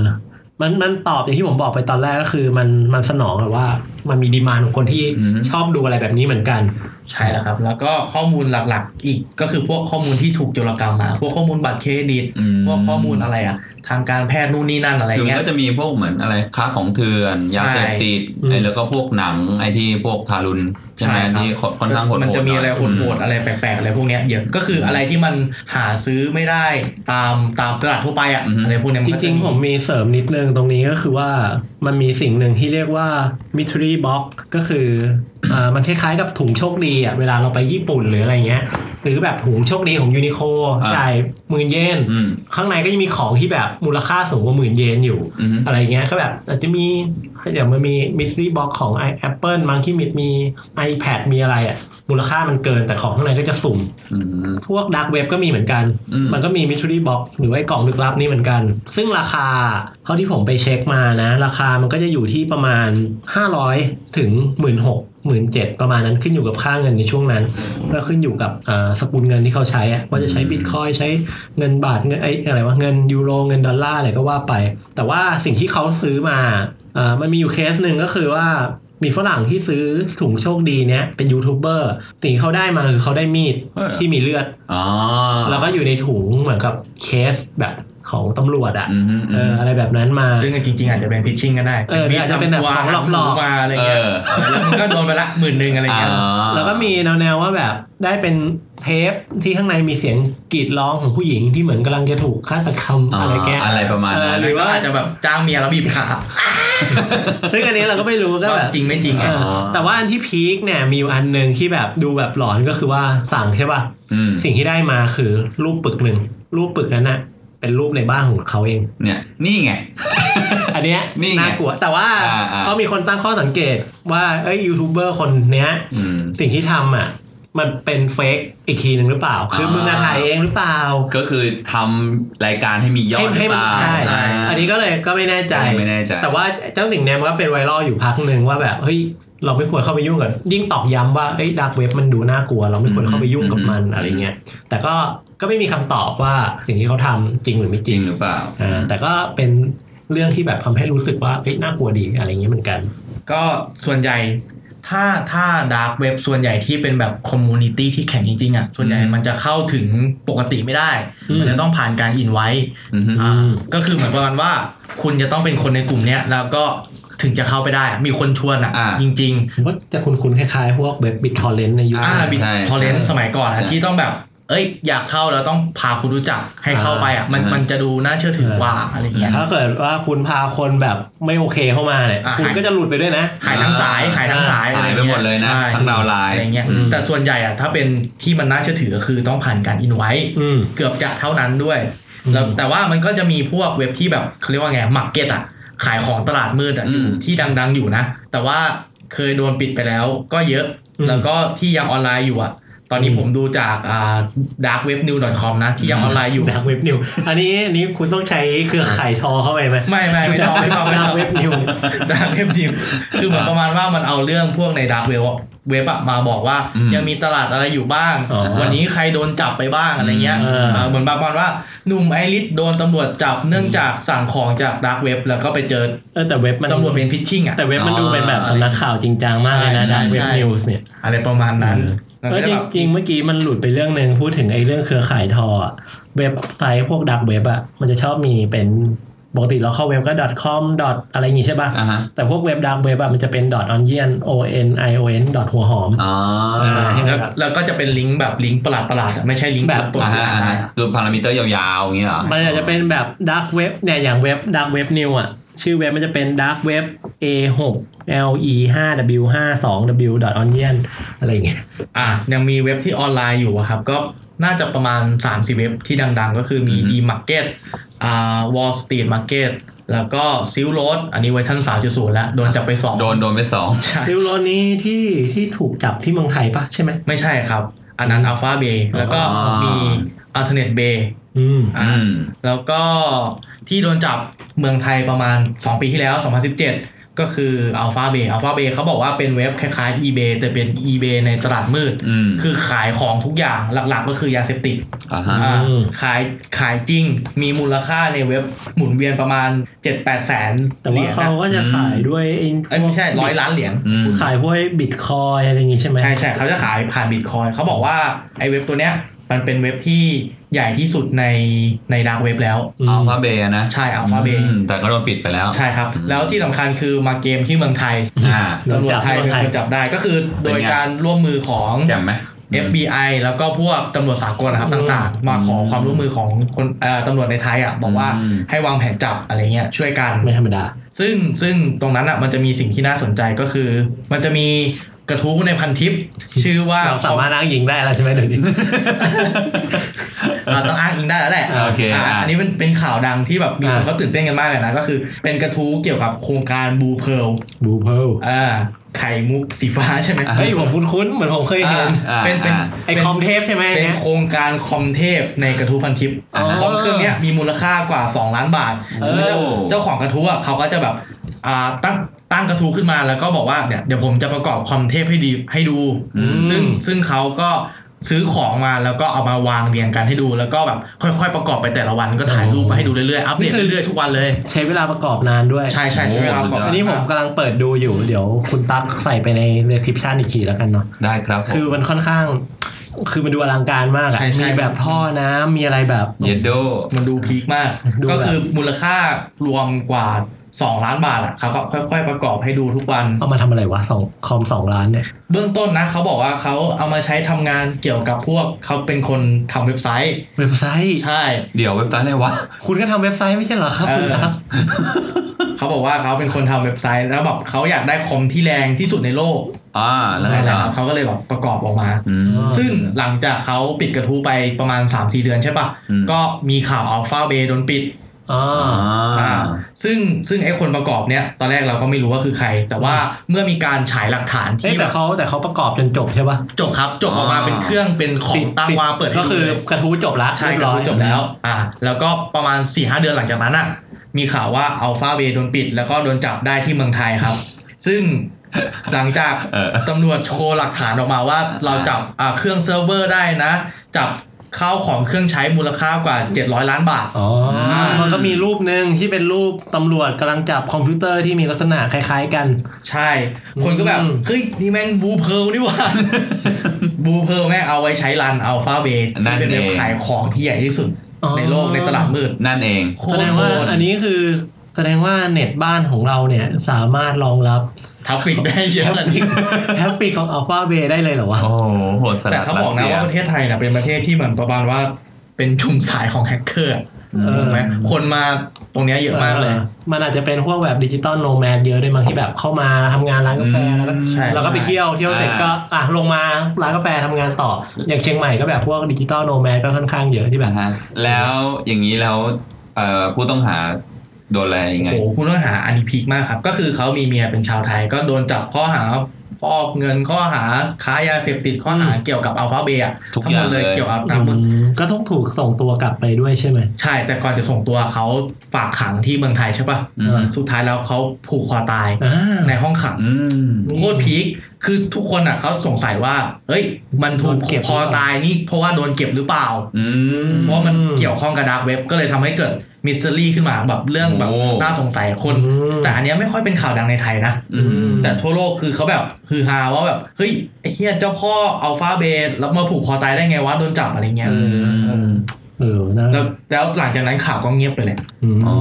มัน มันตอบอย่างที่ผมบอกไปตอนแรกก็คือ มัน มันสนองแบบว่า มันมีดีมานของคนที่ อืม ชอบดูอะไรแบบนี้เหมือนกัน ใช่แล้วครับ แล้วก็ข้อมูลหลักๆ อีกก็คือพวกข้อมูลที่ถูกโจรกรรมมา พวกข้อมูลบัตรเครดิต อืม พวกข้อมูลอะไรอะทางการแพทย์นู่นนี่นั่นอะไร คือมัน เงี้ย ก็จะมีพวกเหมือนอะไรค้าของเถื่อนยาเสพติด อืม ไอ้แล้วก็พวกหนังไอ้ที่พวกทารุณใช่ไหม ใช่ครับ ที่ค่อนข้างโหดๆ มันจะมีอะไร ย โหดๆอะไรแปลกๆอะไรพวกเนี้ยเยอะ ก็คืออะไรที่มันหาซื้อไม่ได้ตามตามตลาดทั่วไปอะอะไรพวกเนี้ย จ นก็ะ ริงๆ ผมมีเสริมนิดนึงตรงนี้ก็คือว่า มันมีสิ่งหนึ่งที่เรียกว่า mystery box ก็คืออ่ามันคล้ายๆกับถุงโชคดีอ่ะ เวลาเราไปญี่ปุ่นหรืออะไรเงี้ย หรือแบบถุงโชคดีของยูนิโคจ่ายหมื่นเยน อืม ข้างในก็จะมีของที่แบบมูลค่าสูงกว่าหมื่นเยนอยู่ อืม อะไรเงี้ยก็แบบอาจจะมีอย่างมันมีมิสซี่บ็อกของ i- Apple บางที่มีมี iPad มีอะไรอะ่ะ มูลค่ามันเกินแต่ของข้างในก็จะสุ่ม อืม พวกดักเว็บก็มีเหมือนกัน อืม มันก็มีมิสซี่บ็อกหรือว่าไอ้กล่องลึกลับนี่เหมือนกัน ซึ่งราคาเท่าที่ผมไปเช็คมานะ ราคามันก็จะอยู่ที่ประมาณ 500 ถึง 1 6 0 0 0 1 7ประมาณนั้นขึ้นอยู่กับค่าเงินในช่วงนั้นก็ขึ้นอยู่กับอ่าสกุลเงินที่เขาใช้อะว่าจะใช้บิตคอยใช้เงินบาทเงินไออะไรวะเงินยูโรเงินดอลลาร์อะไรก็ว่าไป แต่ว่าสิ่งที่เขาซื้อมาอ่ามันมีอยู่เคสหนึ่งก็คือว่ามีฝรั่งที่ซื้อถุงโชคดีเนี้ยเป็นยูทูบเบอร์สิ่งที่เขาได้มาคือเขาได้มีด เฮ้ย ที่มีเลือด อ๋อ แล้วก็อยู่ในถุงเหมือนกับเคสแบบของตำรวจอะ อืมอืม เอออะไรแบบนั้นมา ซึ่งจริงๆ อาจจะเป็นพิชชิ่งก็ได้ เออ มีด อาจจะเป็นแบบของหลอกๆ ทำครัวมาอะไร เอ เงี้ย อ แล้วมันก็โดนไปละหมื่นหนึ่งอะไร อ่า เงี้ย แล้วก็มีแนวๆว่าแบบได้เป็นเทปที่ข้างในมีเสียงกรีดร้องของผู้หญิงที่เหมือนกำลังจะถูกฆาตกรรมอะไรแก อะไรประมาณนั้น เห รือว่าอาจจะแบบจ้างเมียแล้วบีบขา ซึ่งอันนี้เราก็ไม่รู้ก็ ว่า แบบ จริงไม่จริง เอ อ่ะ อแต่ว่าอันที่พีคเนี่ยมีอยู่อันหนึ่งที่แบบดูแบบหลอนก็คือว่าสั่งใช่ป่ะ อืม สิ่งที่ได้มาคือรูปปึกหนึ่งรูปปึกนั้นอะ เป็นรูปในบ้านของเขาเอง เนี่ย นี่ไง อันเนี้ย นี่ไง น่ากลัวแต่ว่า อ่าอ่า เขามีคนตั้งข้อสังเกตว่าเอ้ยยูทูบเบอร์คนเนี้ย อืม สิ่งที่ทำอ่ะ มันเป็นเฟกอีกทีหนึ่งหรือเปล่า คือ อ่ามึ มึงอะถ่ายเองหรือเปล่า ก็คือทำรายการให้มียอด ให้ให้มัน หรือเป ใช่ ล่าา อันนี้ก็เลยก็ไม่แน่ใจ ไม่แน่ใจ แต่ว่าเจ้าสิ่งเนี้ยมันก็เป็นไวรัลอยู่พักหนึ่งว่าแบบเฮ้ยเราไม่ควรเข้าไปยุ่งกับยิ่งตอกย้ำว่าเอ้ยดักเว็บมันดูน่ากลัว เราไม่ควรเข้าไปยุ่งกับมัน อืม อะไรเงี้ยแต่ก็ก็ไม่มีคำตอบว่าสิ่งที่เขาทำจริงหรือไม่จ จริ ริ ง ง หรือเปล่า อ่าแต่ก็เป็นเรื่องที่แบบทำให้รู้สึกว่าเฮ้ยน่ากลัวดีอะไรเงี้ยเหมือนกัน ก็ส่วนใหญ่ถ้าถ้าดาร์กเว็บส่วนใหญ่ที่เป็นแบบคอมมูนิตี้ที่แข็งจริงๆอ่ะส่วนใหญ่มันจะเข้าถึงปกติไม่ได้ อืม มันจะต้องผ่านการอินไว้ อือฮึ อ่าก็คือเหมือนประมาณว่า คุณจะต้องเป็นคนในกลุ่มเนี้ยแล้วก็ถึงจะเข้าไปได้อะมีคนชวนอ่ะ อ่า จริง ผมว่าจะคุ้นๆคล้ายๆพวกเว็บบิททอร์เรนต์ในยุค ๆอ่าบิ ใช่ ทอเรน ใช่ สมัยก่อน ใช่ อะที่ต้องแบบ เอ้ย อยากเข้าแล้วต้องพาคุณรู้จักให้เข้าไปอ่ะมัน อ่ามั มันจะดูน่าเชื่อถือกว่าอะไรเงี้ย ถ้าเกิดว่าคุณพาคนแบบไม่โอเคเข้ามาเนี่ย อ่ะ คุณก็จะหลุดไปด้วยนะ หายทั้งสายหายทั้งสาย หายไป อะรงี้ หมดเลยนะ ใช่ ทั้งดาวน์ไลน์ อะไรเงี้ย อืม แต่ส่วนใหญ่อ่ะถ้าเป็นที่มันน่าเชื่อถือก็คือต้องผ่านการอินไว้ อืม เกือบจะเท่านั้นด้วย อืม แล้วแต่ว่ามันก็จะมีพวกเว็บที่แบบเขาเรียกว่าไงมาร์เก็ตอ่ะขายของตลาดมืดอ่ะ อืม ที่ดังๆอยู่นะ แต่ว่าเคยโดนปิดไปแล้วก็เยอะ อืม แล้วก็ที่ยังออนไลน์อยู่อ่ะ ตอนนี้ อืม ผมดูจากอ่า darkwebnew.com นะที่ยังออนไลน์อยู่ ดักเว็บนิว อันนี้อันนี้คุณต้องใช้เครือข่ายทอเข้าไป ไหม ไม่ไม่ไม่ต้องไม่ต้องไม่ ดักต้อง เว็บนิว ดาร์กเว็บดิวคือเหมือนประมาณว่ามันเอาเรื่องพวกในดาร์กเว็บเว็บอะมาบอกว่า อืม ยังมีตลาดอะไรอยู่บ้าง อ๋อ วันนี้ใครโดนจับไปบ้างอะไรเงี้ย อืม เออเหมือนประมาณว่าหนุ่มไอริสโดนตำรวจจับเนื่องจากสั่งของจากดาร์กเว็บแล้วก็ไปเจอ เออแต่เว็บมัน ตำรวจเป็นพิชชิ่งอะ แต่เว็บมัน อ๋อ ดูเป็นแบบสำนักข่าวจริงจังมากเลยนะ ใช่ ดัก ใช่ เว็บ ใช่ นิวส์เนี่ย อะไรประมาณนั้นมัน เอ ก็ อ จะ จริ แบ ง บ จริงเมื่อกี้มันหลุดไปเรื่องหนึ่งพูดถึงไอ้เรื่องเครือข่ายทออะเว็บไซต์พวกดักเว็บอะมันจะชอบมีเป็นปกติเราเข้าเว็บก็ .com. อะไรอย่างงี้ใช่ป่ะ อ่าฮะ แต่พวกเว็บดักเว็บอะมันจะเป็น .onion o n i o n หัวหอม อ๋อ ใช่ แล้วแล้วก็จะเป็นลิงก์แบบลิงก์ประหลาดประหลาดๆอะไม่ใช่ลิงก์ แบบ ปก อ่า ติ ฮะอ่า ได้ ฮะ อะ คือพารามิเตอร์ยาวๆอย่างเงี้ยเหรอ มันอาจจะเป็นแบบดักเว็บเนี่ยอย่างเว็บดักเว็บนิวอ่ะ ชื่อเว็บมันจะเป็นดักเว็บ a 6 l e 5 w 5 2 w onion อะไรอย่างเงี้ย อ่ะยังมีเว็บที่ออนไลน์อยู่อะครับ ก็น่าจะประมาณ3ามสี่เว็บที่ดังๆ ก็คือมี อือฮึ D Market อ่าวอลสตรีทมาร์เก็ตแล้วก็ซิลโรดอันนี้เวอร์ชันสามจุดศูนย์แล้ว โดนจับไปสอง โดนโดนไปสอง ใช่ ซิลโลนี้ที่ที่ถูกจับที่เมืองไทยปะใช่ไหม ไม่ใช่ครับ อันนั้นอัลฟาเบย์แล้วก็ อ๋อ มีอัลเทอร์เนทเบย์ อืม อ่า อืม แล้วก็ที่โดนจับเมืองไทยประมาณ 2 ปีที่แล้ว 2017 ก็คืออัลฟาเบย์อัลฟาเบย์เขาบอกว่าเป็นเว็บคล้ายๆ eBay แต่เป็น eBay ในตลาดมืด อืม คือขายของทุกอย่างหลักๆ ก็คือยาเสพติด อ่าฮะ อ่า อืม ขายขายจริงมีมูลค่าในเว็บหมุนเวียนประมาณ 7-8 แสน แต่ เหรี ว่าย ญ เขา นะ ก็จะขายด้วยไอ้ เอ้ยไม่ใช่ร้อยล้านเหรียญ อืม ขายพวกบิตคอยอะไรอย่างงี้ใช่ไหม ใช่ใช่เขาจะขายผ่านบิตคอยเขาบอกว่าไอ้เว็บตัวเนี้ยมันเป็นเว็บที่ใหญ่ที่สุดในในดาร์กเว็บแล้ว อืม อัลฟาเบย์นะ ใช่อัลฟาเบย์ อืมแต่ก็โดนปิดไปแล้ว ใช่ครับ อืม แล้วที่สำคัญคือมาเกมที่เมืองไทย อ่า โดน ตำรวจ จับ ไทย ที่ เป็เมืนองไท ค ย นจับได้ก็คือโดย เป็นไง การร่วมมือของ แจ่มไหม FBI แล้วก็พวกตำรวจสากลนะครับต่างๆ มาขอความร่วมมือของคนเอ่อตำรวจในไทยอ่ะบอกว่า อืม ให้วางแผนจับอะไรเงี้ยช่วยกัน ไม่ธรรมดา ซึ่งซึ่งตรงนั้นอ่ะมันจะมีสิ่งที่น่าสนใจก็คือ มันจะมีกระทู้ในพันทิป ชื่อว่า เราสามารถอ้างยิงได้แล้วใช่ไหมเดี๋ยวนี้ อ่าต้องอ้างอิงได้แล้วแหละ โอเคอ่ะ ะนนี้เป็นเป็นข่าวดังที่แบบมีค อ่ะ นก็ตื่นเต้นกันมากเลยนะ ก็คือเป็นกระทู้เกี่ยวกับโครงการบูเพิร์ล บูเพิล อ่าไข่มุกสีฟ้าใช่ไหม เฮ้ยผมคุ้นๆเหมือนผมเคยเห็น อ่าเป็นเป็น อ่า ไอคอมเทปใช่ไหมอัน เป็น เนี่ย โครงการคอมเทพในกระทู้พันทิป อ๋อ คอมเครื่องเนี้ยมีมูลค่ากว่า 2 ล้านบาท เออ คือเจ้าเจ้าของกระทู้อะเขาก็จะแบบอ่าตั้งตั้งกระทู้ขึ้นมาแล้วก็บอกว่าเนี่ยเดี๋ยวผมจะประกอบคอมเทพให้ดีให้ดู อืม ซึ่งซึ่งเขาก็ซื้อของมาแล้วก็เอามาวางเรียงกันให้ดู แล้วก็แบบค่อยๆประกอบไปแต่ละวันก็ถ่ายรูปมาให้ดูเรื่อยๆอัปเดตเรื่อยๆทุกวันเลย ใช้เวลาประกอบนานด้วย ใช่ใช่ใช้เวลาประกอบ อันนี้ผมกำลังเปิดดูอยู่ เดี๋ยวคุณตั๊กใส่ไปใน description อีกทีแล้วกันเนาะ ได้ครับผม คือมันค่อนข้าง คือมันดูอลังการมากอะ ใช่ใช่ มีแบบท่อน้ำมีอะไรแบบ เยดโด มันดูพีคมาก ดู ก็ แบบ คือมูลค่ารวมกว่า 2 ล้านบาทอะเขาก็ค่อย ๆ ประกอบให้ดูทุกวัน เอามาทำอะไรวะสองคอมสองล้านเนี่ย เบื้องต้นนะเขาบอกว่าเขาเอามาใช้ทำงานเกี่ยวกับพวกเขาเป็นคนทำเว็บไซต์ เว็บไซต์ ใช่ เดี๋ยวเว็บไซต์อะไรวะ คุณก็ทำเว็บไซต์ไม่ใช่เหรอครับ คุณตั๊ก เขาบอกว่าเขาเป็นคนทำเว็บไซต์แล้วแบบเขาอยากได้คอมที่แรงที่สุดในโลก อ่าแล้วไง นั่นแห ต่อ ละครับเขาก็เลยแบบประกอบออกมา อืม ซึ่งหลังจากเขาปิดกระทู้ไปประมาณ 3-4 เดือนใช่ปะ อืม ก็มีข่าวอัลฟาเบย์โดนปิด อ๋อ อ่า อ่าซึ่งซึ่งไอ้คนประกอบเนี้ยตอนแรกเราก็ไม่รู้ว่าคือใคร แต่ว่าเมื่อมีการฉายหลักฐาน เอ้ย ที่ แต่เขาแต่เขาประกอบจนจบใช่ปะ จบครับ จบออกมา อ่า เป็นเครื่องเป็นของ ปิด ตามวาเปิดให้ ก็ ดู คือ เลย กระทู้จบละ ใช่ เย ก็ ร้อย คือจบแล้ว อ่า แล้วก็ประมาณ4ี่หเดือนหลังจากนั้นอ่ะ มีข่าวว่าอัลฟาเบโดนปิด แล้วก็โดนจับได้ที่เมืองไทยครับ ซึ่งหลังจาก เออ ตำรวจโชว์หลักฐานออกมาว่าเราจับอ่าเครื่องเซิร์ฟเวอร์ได้นะ จับข้าวของเครื่องใช้มูลค่ากว่า 700 ล้านบาท อ๋ออ ม มันก็มีรูปหนึ่งที่เป็นรูปตำรวจกำลังจับคอมพิวเตอร์ที่มีลักษณะคล้ายๆกัน ใช่ คนก็แบบ อืม เฮ้ย นี่แม่งบูเพิร์ลนี่หว่า บูเพิร์ลแม่งเอาไว้ใช้รันอัลฟาเบท นั่ ที่ น เป็นเว็บ เอง ขายของที่ใหญ่ที่สุด อ๋อ ในโลกในตลาดมืด นั่นเอง โค แส ต ด รง โห ว่า ด อันนี้คือแสดงว่าเน็ตบ้านของเราเนี่ยสามารถรองรับ ทับฟิกได้เยอะเลย แฮปปี้ของอัลฟาเบได้เลยเหรอวะ โอ้โหโหดสลัด แต่เขาบอกนะว่าประเทศไทยน่ะเป็นประเทศที่เหมือนประมาณว่าเป็นชุมสายของแฮกเกอร์ เออ ถูกไหมคนมาตรงเนี้ยเยอะมากเลย มันอาจจะเป็นพวกแบบดิจิตอลโนแมดเยอะด้วยมั้งที่แบบเข้ามาทำงานร้านกาแฟแล้วก็ ใช่ แล้วก็ไปเที่ยวเที่ยวเสร็จก็อ่ะลงมาร้านกาแฟทำงานต่อ อย่างเชียงใหม่ก็แบบพวกดิจิตอลโนแมดก็ค่อนข้างเยอะที่แบบ นะฮะแล้วอย่างนี้แล้วเอ่อผู้ต้องหาโดนอะไรยังไง โอ้โหผู้ต้องหาอันนี้พีคมากครับ ก็คือเขามีเมียเป็นชาวไทย ก็โดนจับข้อหาฟอกเงินข้อหาค้ายาเสพติดข้อหาเกี่ยวกับอัลฟาเบท ทุก ทั้ง อ หม ย่าง ดเลย เลย เกี่ยวกับตามมือ ก็ต้องถูกส่งตัวกลับไปด้วยใช่ไหม ใช่ แต่ก่อนจะส่งตัวเขาฝากขังที่เมืองไทยใช่ปะ อืม สุดท้ายแล้วเขาผูกคอตาย อ่า ในห้องขัง อืม โคตรพีคคือทุกคนอ่ะเขาสงสัยว่า เอ้ย มันถูก โดนเก็บหรือ ค เป อ ล่า ตายนี่เพราะว่าโดนเก็บหรือเปล่า อืม เพราะมันเกี่ยวข้องกับดาร์กเว็บก็เลยทำให้เกิดมิสซิลี่ขึ้นมาแบบเรื่องแบบ โอ้ น่าสงสัยคน อืม แต่อันเนี้ยไม่ค่อยเป็นข่าวดังในไทยนะ อืม แต่ทั่วโลกคือเขาแบบฮือฮาว่าแบบเฮ้ยไอ้เฮียเจ้าพ่ออัลฟาเบตแล้วมาผูกคอตายได้ไงวะโดนจับอะไรเงี้ย อืม เออนะ แล้วแล้วหลังจากนั้นข่าวก็เงียบไปเลย อืม อ๋อ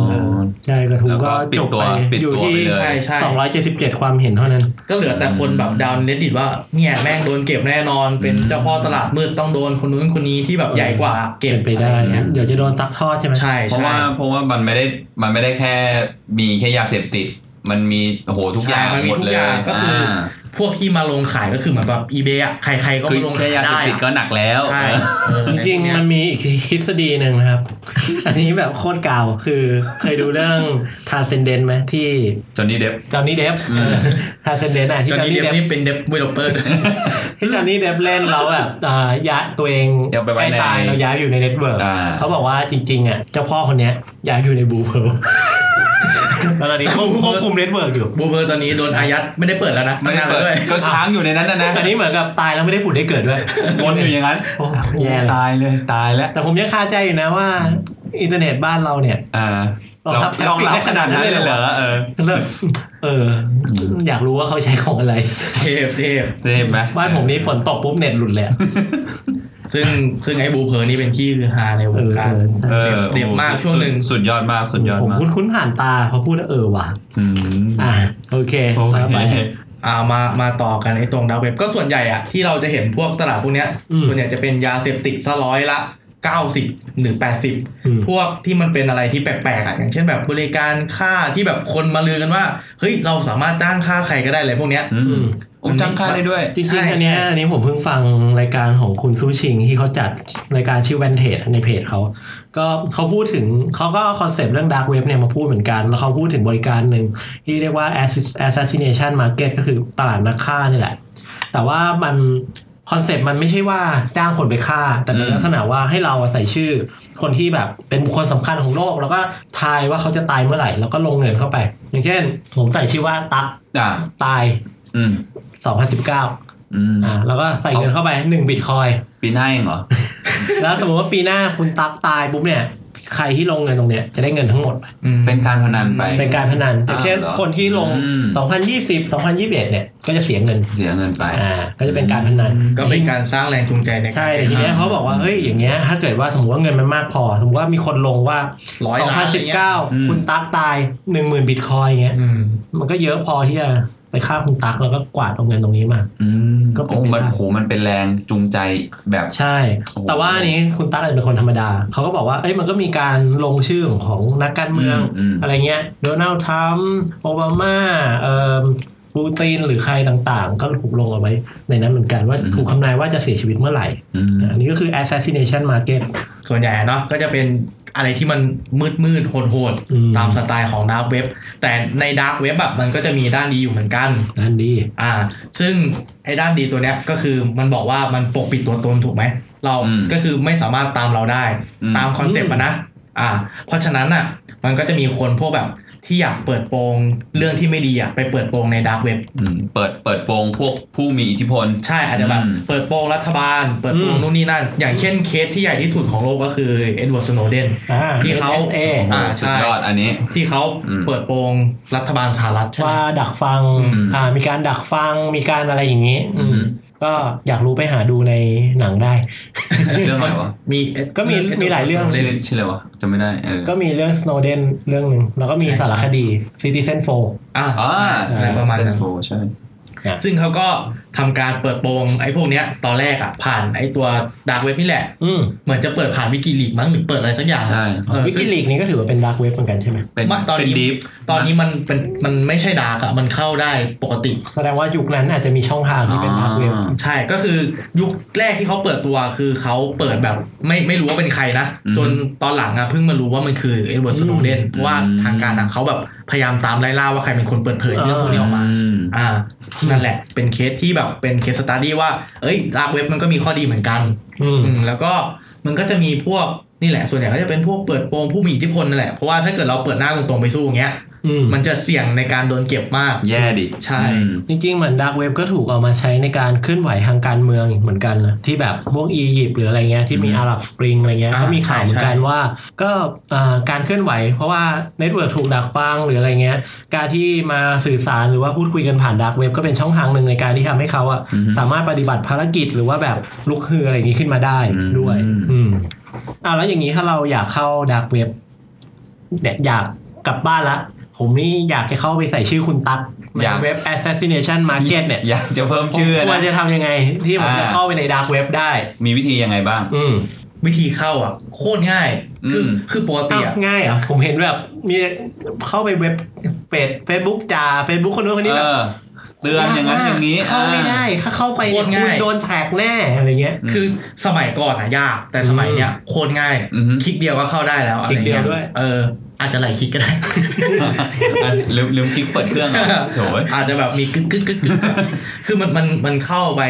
ใช่กระทู แล้วก็ ก็ ปิด จบ ตัว ไป ปิด อยู่ ตัว ที่ ไปเลย ใช่ใช่ สองร้อยเจ็ดสิบเจ็ดความเห็นเท่านั้น ก็เหลือแต่คนแบบดาวน์เลดิตว่าเนี่ยแม่งโดนเก็บแน่นอนเป็น อืม เจ้าพ่อตลาดมืดต้องโดนคนนู้นคนนี้ที่แบบใหญ่กว่าเก็ เก็ บบ ไปได้ อะรเงี้ย เดี๋ยวจะโดนซักทอดใช่ไหม ใช่ เพราะ ใช่ ว่าเพราะว่ามันไม่ได้มันไม่ได้แค่มีแค่ยาเสพติด มันมีโอ้โหทุกอย่าง ใช่มันมี หมด ทุก เลย อย่างก็คือ า พวกที่มาลงขายก็คือเหมือนแบบอีเบอะใครๆก็ คือ มาลง แค่ ขาย ยาเส ได้ พติดก็ อะ หนักแล้ว ใช่เออ จ อะไร ริง พวกๆเนี้ย มันมีอีกทฤษฎีหนึ่งนะครับ อันนี้แบบโคตรเก่าคือเคยดูเรื่องทาเซนเดนไหมที่ จนนี่เด็บ จอ ห์นนี่เดฟ อืม ทาเซนเดนอ่ะที่ จ จ อ อ ห์น ห์น นี่ นี่เดฟเดฟนี่เป็นเดฟเวลเปอร์ ที่จอห์นนี่เดฟเล่นแล้วแบบอ่ายะตัวเอง เอาไปไว้ ใกล้ ใน ตายเราย้ายไปอยู่ในเน็ตเวิร์ก อ่า เขาบอกว่าจริงๆอ่ะเจ้าพ่อคนเนี้ยอยากอยู่ในบลูเพิร์ล แล้วตอนนี้ควบ บลูเพิ ควร์ล บคุมเน็ตเวิร์กอยู่ บูเบอร์ตอนนี้โดนอายัดไม่ได้เปิดแล้วนะ ไม่ได้เปิด ตั้งนานแล้วด้วย ก็ค้างอยู่ในนั้นนะนะ อันนี้เหมือนกับตายแล้วไม่ได้ผุดได้เกิดด้วย วนอยู่อย่างนั้น โอ้แย่เลย ตายเลยตายแล้ว แต่ผมยังคาใจอยู่นะว่า อินเทอร์เน็ตบ้านเราเนี่ย อ่าร องรับ รองรับขนาดนั้นเลยเหรอเออ แล้วเออ อยากรู้ว่าเขาใช้ของอะไร เทพเทพ เจ็บไหม บ้านผมนี่ฝนตกปุ๊บเน็ตหลุดเลยอะ ซึ่งซึ่งไอ้บูเพิร์นี่เป็นที่คือฮาในวงการ เออใช่ เออ เด็บเด็บมากช่วงหนึ่ง สุดยอดมากสุดยอด ผม มาก คุ้นคุ้นๆผ่านตาพอพูดแล้วเออว่ะ อืม อ่ะโอเค โอ ต่อไป เค อ่ามามาต่อกันไอ้ตรงดาวเว็บก็ส่วนใหญ่อะที่เราจะเห็นพวกตลาดพวกเนี้ย อืม ส่วนใหญ่จะเป็นยาเสพติดซะร้อยละ 90 หรือ 80 อืม พวกที่มันเป็นอะไรที่แปลกๆอ่ะอย่างเช่นแบบบริการค่าที่แบบคนมาลือกันว่าเฮ้ยเราสามารถจ้างค่าใครก็ได้เลยพวกเนี้ย อื อื ม ม โอ้จ้างค่าได้ด้วย จริง ใช่ ๆ อันเนี้ย ใช่ อันนี้ผมเพิ่งฟังรายการของคุณซูชิงที่เขาจัดรายการชื่อแวนเทจในเพจเขา ก็เขาพูดถึงเขาก็เอาคอนเซปต์เรื่องดาร์กเว็บเนี่ยมาพูดเหมือนกัน แล้วเขาพูดถึงบริการหนึ่งที่เรียกว่า Assass- assassination market ก็คือตลาดนักฆ่านี่แหละ แต่ว่ามันคอนเซปต์มันไม่ใช่ว่าจ้างคนไปฆ่า แต่เป็น อืม ลักษณะว่าให้เราอะใส่ชื่อ คนที่แบบเป็นบุคคลสำคัญของโลก แล้วก็ทายว่าเขาจะตายเมื่อไหร่แล้วก็ลงเงินเข้าไป อย่างเช่น ผมใส่ชื่อว่าตั๊ก อ่า ตาย อืม 2019 อืม อ่าแล้วก็ใส่เงินเข้าไปหนึ่งบิตคอย ปีหน้าเองเหรอ แล้วสมมติว่าปีหน้าคุณตักตายปุ๊บเนี่ย ใครที่ลงเงินตรงเนี้ยจะได้เงินทั้งหมด อืม เป็นการพนันไป เป็นการพนันอย่างเช่น อ่าเหรอ คนที่ลง อืม 2020 2021 เนี่ยก็จะเสียเงิน เสียเงินไป อ่าก็จะเป็นการพนัน ก็เป็นการสร้างแรงจูงใจใน ใช่แต่ทีเนี้ยเขาบอกว่าเฮ้ยอย่างเงี้ยถ้าเกิดว่าสมมติว่าเงินมันมากพอสมมติว่ามีคนลงว่า ร้อยล้านอะไรเงี้ย อืม 2019 คุณตักตาย 10,000บิตคอยเงี้ย อืม มันก็เยอะพอที่จะไปฆ่าคุณตักแล้วก็กวาดเอาเงินตรงนี้มา อืม ก็เป็น โอ้ ไปได้ มันโหมันเป็นแรงจูงใจแบบ ใช่ โอ้โห แต่ว่าอันนี้คุณตั๊กอาจจะเป็นคนธรรมดา เขาก็บอกว่า เอ้ย มันก็มีการลงชื่อของนักการเมือง อืมอืม อะไรเงี้ย โดนัลด์ทรัมป์ โอบามา เอ่อ ปูตินหรือใครต่างๆ ก็ถูกลงเอาไว้ ในนั้นเหมือนกันว่า อืม ถูกคำนายว่าจะเสียชีวิตเมื่อไหร่ อืม อันนี้ก็คือ assassination market ส่วนใหญ่เนาะก็จะเป็นอะไรที่มันมืดมืดๆโหดๆ อืม ตามสไตล์ของดาร์กเว็บแต่ในดาร์กเว็บแบบมันก็จะมีด้านดีอยู่เหมือนกัน นั่นดี อ่า ซึ่งไอ้ด้านดีตัวเนี้ยก็คือมันบอกว่ามันปกปิดตัวตนถูกไหม เราก็คือไม่สามารถตามเราได้ อืม ตามคอนเซปต์อะนะ อ่า เพราะฉะนั้นอ่ะ มันก็จะมีคนพวกแบบที่อยากเปิดโปงเรื่องที่ไม่ดีอ่ะไปเปิดโปงในดาร์กเว็บ อืมเปิดเปิดโปงพวกผู้มีอิทธิพล ใช่อาจจะแบบ อืม เปิดโปงรัฐบาล เปิดโปง อืม นู่นนี่นั่น อย่างเช่นเคสที่ใหญ่ที่สุดของโลกก็คือเอ็ดเวิร์ดสโนเดน อ่า ที่เขา NSA อ่า สุด ใช่ ยอดอันนี้ ที่เขา อืม เปิดโปงรัฐบาลสหรัฐใช่ไหม ว่าดักฟัง อืม อ่า มีการดักฟัง มีการอะไรอย่างนี้ อืมอืม ก็อยากรู้ไปหาดูในหนังได้ เรื่องอะไรวะ มี ก็มีมีหลายเรื่อง ชื่อชื่ออะไรวะจำไม่ได้เออ ก็มีเรื่อง Snowden เรื่องหนึ่ง แล้วก็มีสารคดี Citizen อ่า อ่า อะไรประมาณนั้น Zenfo ใช่ ซึ่งเขาก็ทำการเปิดโปงไอ้พวกเนี้ยตอนแรกอ่ะผ่านไอ้ตัวดาร์กเว็บนี่แหละ 4 อืม เหมือนจะเปิดผ่านวิกิลีกมั้งหรือเปิดอะไรสักอย่าง ใช่ เออ วิกิ ซึ่ง ลีกนี่ก็ถือว่าเป็นดาร์กเว็บเหมือนกันใช่ไหม เป็น มาตอนนี้ เป็ deep ตอนนี้มันเป็นมันไม่ใช่ดาร์กอ่ะมันเข้าได้ปกติ แสดงว่ายุคนั้นอาจจะมีช่องทางที่เป็นดาร์กเว็บ อ่า ใช่ก็คือยุคแรกที่เขาเปิดตัวคือเขาเปิดแบบไม่ไม่รู้ว่าเป็นใครนะ อืม จนตอนหลังอ่ะเพิ่งมารู้ว่ามันคือเอ็ดเวิร์ดสโนเดนเพราะว่า อืม ทางการอ่ะเขาแบบพยายามตามไล่ล่าว่าใครเป็นคนเปิดเผยเรื่องพวกนี้ออกมา อืม อ่า นั่นแหละ เป็นเคสที่แบบเป็นเคสสตาดี้ว่า เอ้ยลากเว็บมันก็มีข้อดีเหมือนกัน อืม อืม แล้วก็มันก็จะมีพวกนี่แหละ ส่วนใหญ่ก็จะเป็นพวกเปิดโปงผู้มีอิทธิพลนั่นแหละ เพราะว่าถ้าเกิดเราเปิดหน้าตรงๆไปสู้อย่างเงี้ย อืม มันจะเสี่ยงในการโดนเก็บมาก แย่ดิ ใช่ อืม จริงๆ เหมือนดาร์กเว็บก็ถูกเอามาใช้ในการเคลื่อนไหวทางการเมืองเหมือนกันนะที่แบบพวกอียิปต์หรืออะไรเงี้ยที่มี อืม อาหรับสปริงอะไรเงี้ย อ่า ก็มีข่าวเหมือนกัน ใช่ ว่า ก็เอ่อการเคลื่อนไหว เพราะว่าเน็ตเวิร์กถูกดักฟังหรืออะไรเงี้ย การที่มาสื่อสารหรือว่าพูดคุยกันผ่านดาร์กเว็บก็เป็นช่องทางหนึ่งในการที่ทำให้เขาอะ อือฮึ สามารถปฏิบัติภารกิจหรือว่าแบบลุกฮืออะไรอย่างนี้ขึ้นมาได้ อืม ด้วย อืมอ่าแล้วอย่างนี้ถ้าเราอยากเข้าดาร์กเว็บอยากกลับบ้านละ ผมนี่อยากจะเข้าไปใส่ชื่อคุณตั๊กใน อยาก เว็บ assassination market เนี่ย อยากจะเพิ่ม ผม ชื่อ คว นะ รจะทำยังไงที่ผมจะ อ่า เข้าไปในดาร์กเว็บได้ มีวิธียังไงบ้าง อืม วิธีเข้าอ่ะ โคตรง่าย คือ อืม คือปกติ อ้าว อ่ะ ง่ายเหรอผมเห็นแบบมีเข้าไปเว็บเฟซเฟซบุ๊กจ่าเฟซบุ๊กคนนู้นคน เอ นี้แบบ อ เตือนอย่างนั้นอย่างนี้ นี้เข้าไม่ได้ ถ้าเข้าไป โคตรง่าย คุณโดนแทร็กแน่อะไรเงี้ย คือสมัยก่อนอ่ะยาก แต่สมัยเนี้ยโคตรง่าย อืมอืม คลิกเดียวก็เข้าได้แล้วอะไร คลิกเดียวเงี้ย ด้วย เออ อาจจะหลายคลิกก็ได้ อันลืมลืมคลิกเปิดเครื่องเหรอ่ะโถย อาจจะแบบมีกึกกึกกึกกึกคือมันมันมันเข้าไป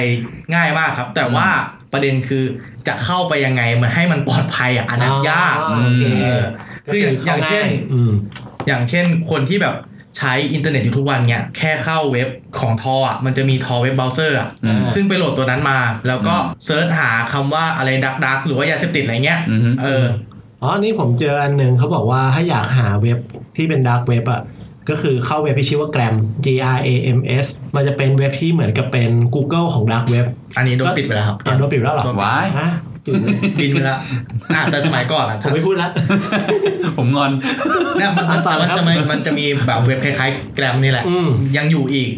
ง่ายมากครับ แต่ว่าประเด็นคือจะเข้าไปยังไงมันให้มันปลอดภัยอ่ะอันนั้นยาก อ๋อโอเค ม เออคืออก็ย่างอย่างเช่น อืม อย่างเช่นคนที่แบบใช้อินเทอร์เน็ตอยู่ทุกวันเนี่ยแค่เข้าเว็บของทออ่ะมันจะมีทอเว็บเบราว์เซอร์อ่ะ อืม ซึ่งไปโหลดตัวนั้นมา แล้วก็ อืม เซิร์ชหาคำว่าอะไรดักดักหรือว่ายาเสพติดอะไรเงี้ย อืม เออ อ๋อ นี่ผมเจออันหนึ่งเขาบอกว่าถ้าอยากหาเว็บที่เป็นดาร์กเว็บอ่ะ ก็คือเข้าเว็บที่ชื่อว่า Gram G R A M S มันจะเป็นเว็บที่เหมือนกับเป็น Google ของดาร์กเว็บ อันนี้โดนปิดไปแล้วครับ อ่านโดนปิดแล้วเหรอ ว้าย ฮะปิดเลย บินไปแล้วอ่ะแต่สมัยก่อนอ่ะ ผมไม่พูดละ ผมงอน เนี่ยมันมัน ต่อ แต่ เลย มัน ครับ จะมีมันจะมีแบบเว็บคล้ายๆแกรมนี่แหละ อืม ยังอยู่อีก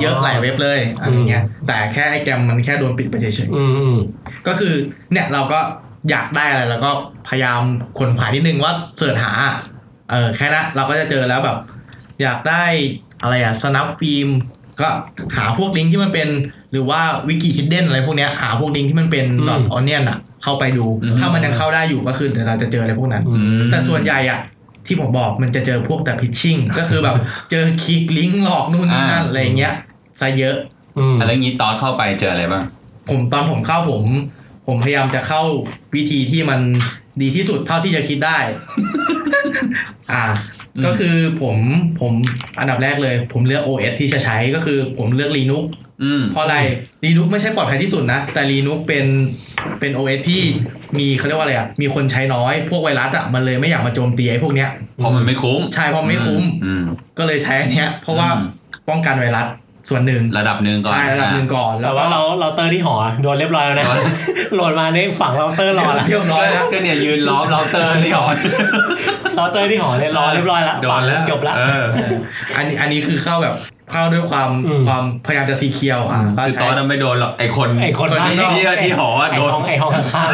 เยอะหลายเว็บเลยอะไรเงี้ย แต่แค่ไอ้แกรมมันแค่โดนปิดไปเฉย อืมอืม ๆ ก็คือเนี่ยเราก็อยากได้อะไรแล้วก็พยายามคนขวายนิดนึงว่าเสิร์ชหา เออแค่นั้นเราก็จะเจอแล้วแบบ อยากได้อะไรอะสนับฟิล์มก็หาพวกลิงก์ที่มันเป็น หรือว่าวิกิฮิดเด้นอะไรพวกเนี้ยหาพวกลิงก์ที่มันเป็นดอทออนเนียนอะเข้าไปดู อืม ถ้ามันยังเข้าได้อยู่ก็คือเดี๋ยวเราจะเจออะไรพวกนั้น อื อื ม ม แต่ส่วนใหญ่อะที่ผมบอกมันจะเจอพวกแต่พิชชิ่ง ก็คือแบบเจอคลิกลิงก์หลอกนู่นนี่นั่นอะไรเงี้ยซะเยอะ อืม อะไรงี้ตอนเข้าไปเจออะไรบ้าง ผมตอนผมเข้าผม ผมพยายามจะเข้าวิธีที่มันดีที่สุดเท่าที่จะคิด ได้ อ่า อืม ก็คือผมผมอันดับแรกเลย ผมเลือก OS ที่จะใช้ก็คือผมเลือก Linux อืม เพราะอะไร Linux ไม่ใช่ปลอดภัยที่สุดนะ แต่ Linux เป็นเป็น OS ที่มีเขาเรียกว่าอะไรอ่ะมีคนใช้น้อยพวกไวรัสอ่ะมันเลยไม่อยากมาโจมตีไอ้พวกเนี้ย เพราะมันไม่คุ้ม ใช่เพราะไม่คุ้ม อืม ก็เลยใช้อันเนี้ย เพราะว่า อืม ป้องกันไวรัสส่วนหนึ่ง ระดับหนึ่งก่อน ใช่ระดับหนึ่งก่อน แต่ แล้วก็ ว่าเราเราเตอร์ที่หอโดนเรียบร้อยแล้วนะ โหลดมาในฝั่งเราเตอร์รอละ เรียบร้อยแล้ว ก็เนี่ยยืนล้อมเราเตอร์นี่ห รอ เราเตอร์ที่หอเนี่ยรอเรียบร้อยละ โดนแล้ว จบละ เออ อันนี้อันนี้คือเข้าแบบเข้าด้วยความ อืม ความพยายามจะซีเคียวอ่ะก็ คือต ใช้ อนนั้นไม่โดนหรอกไอคน ไอคน คนที่ บ้านนอก ที่ที่หอ ไอ โดน ห้องไอห้องข้าง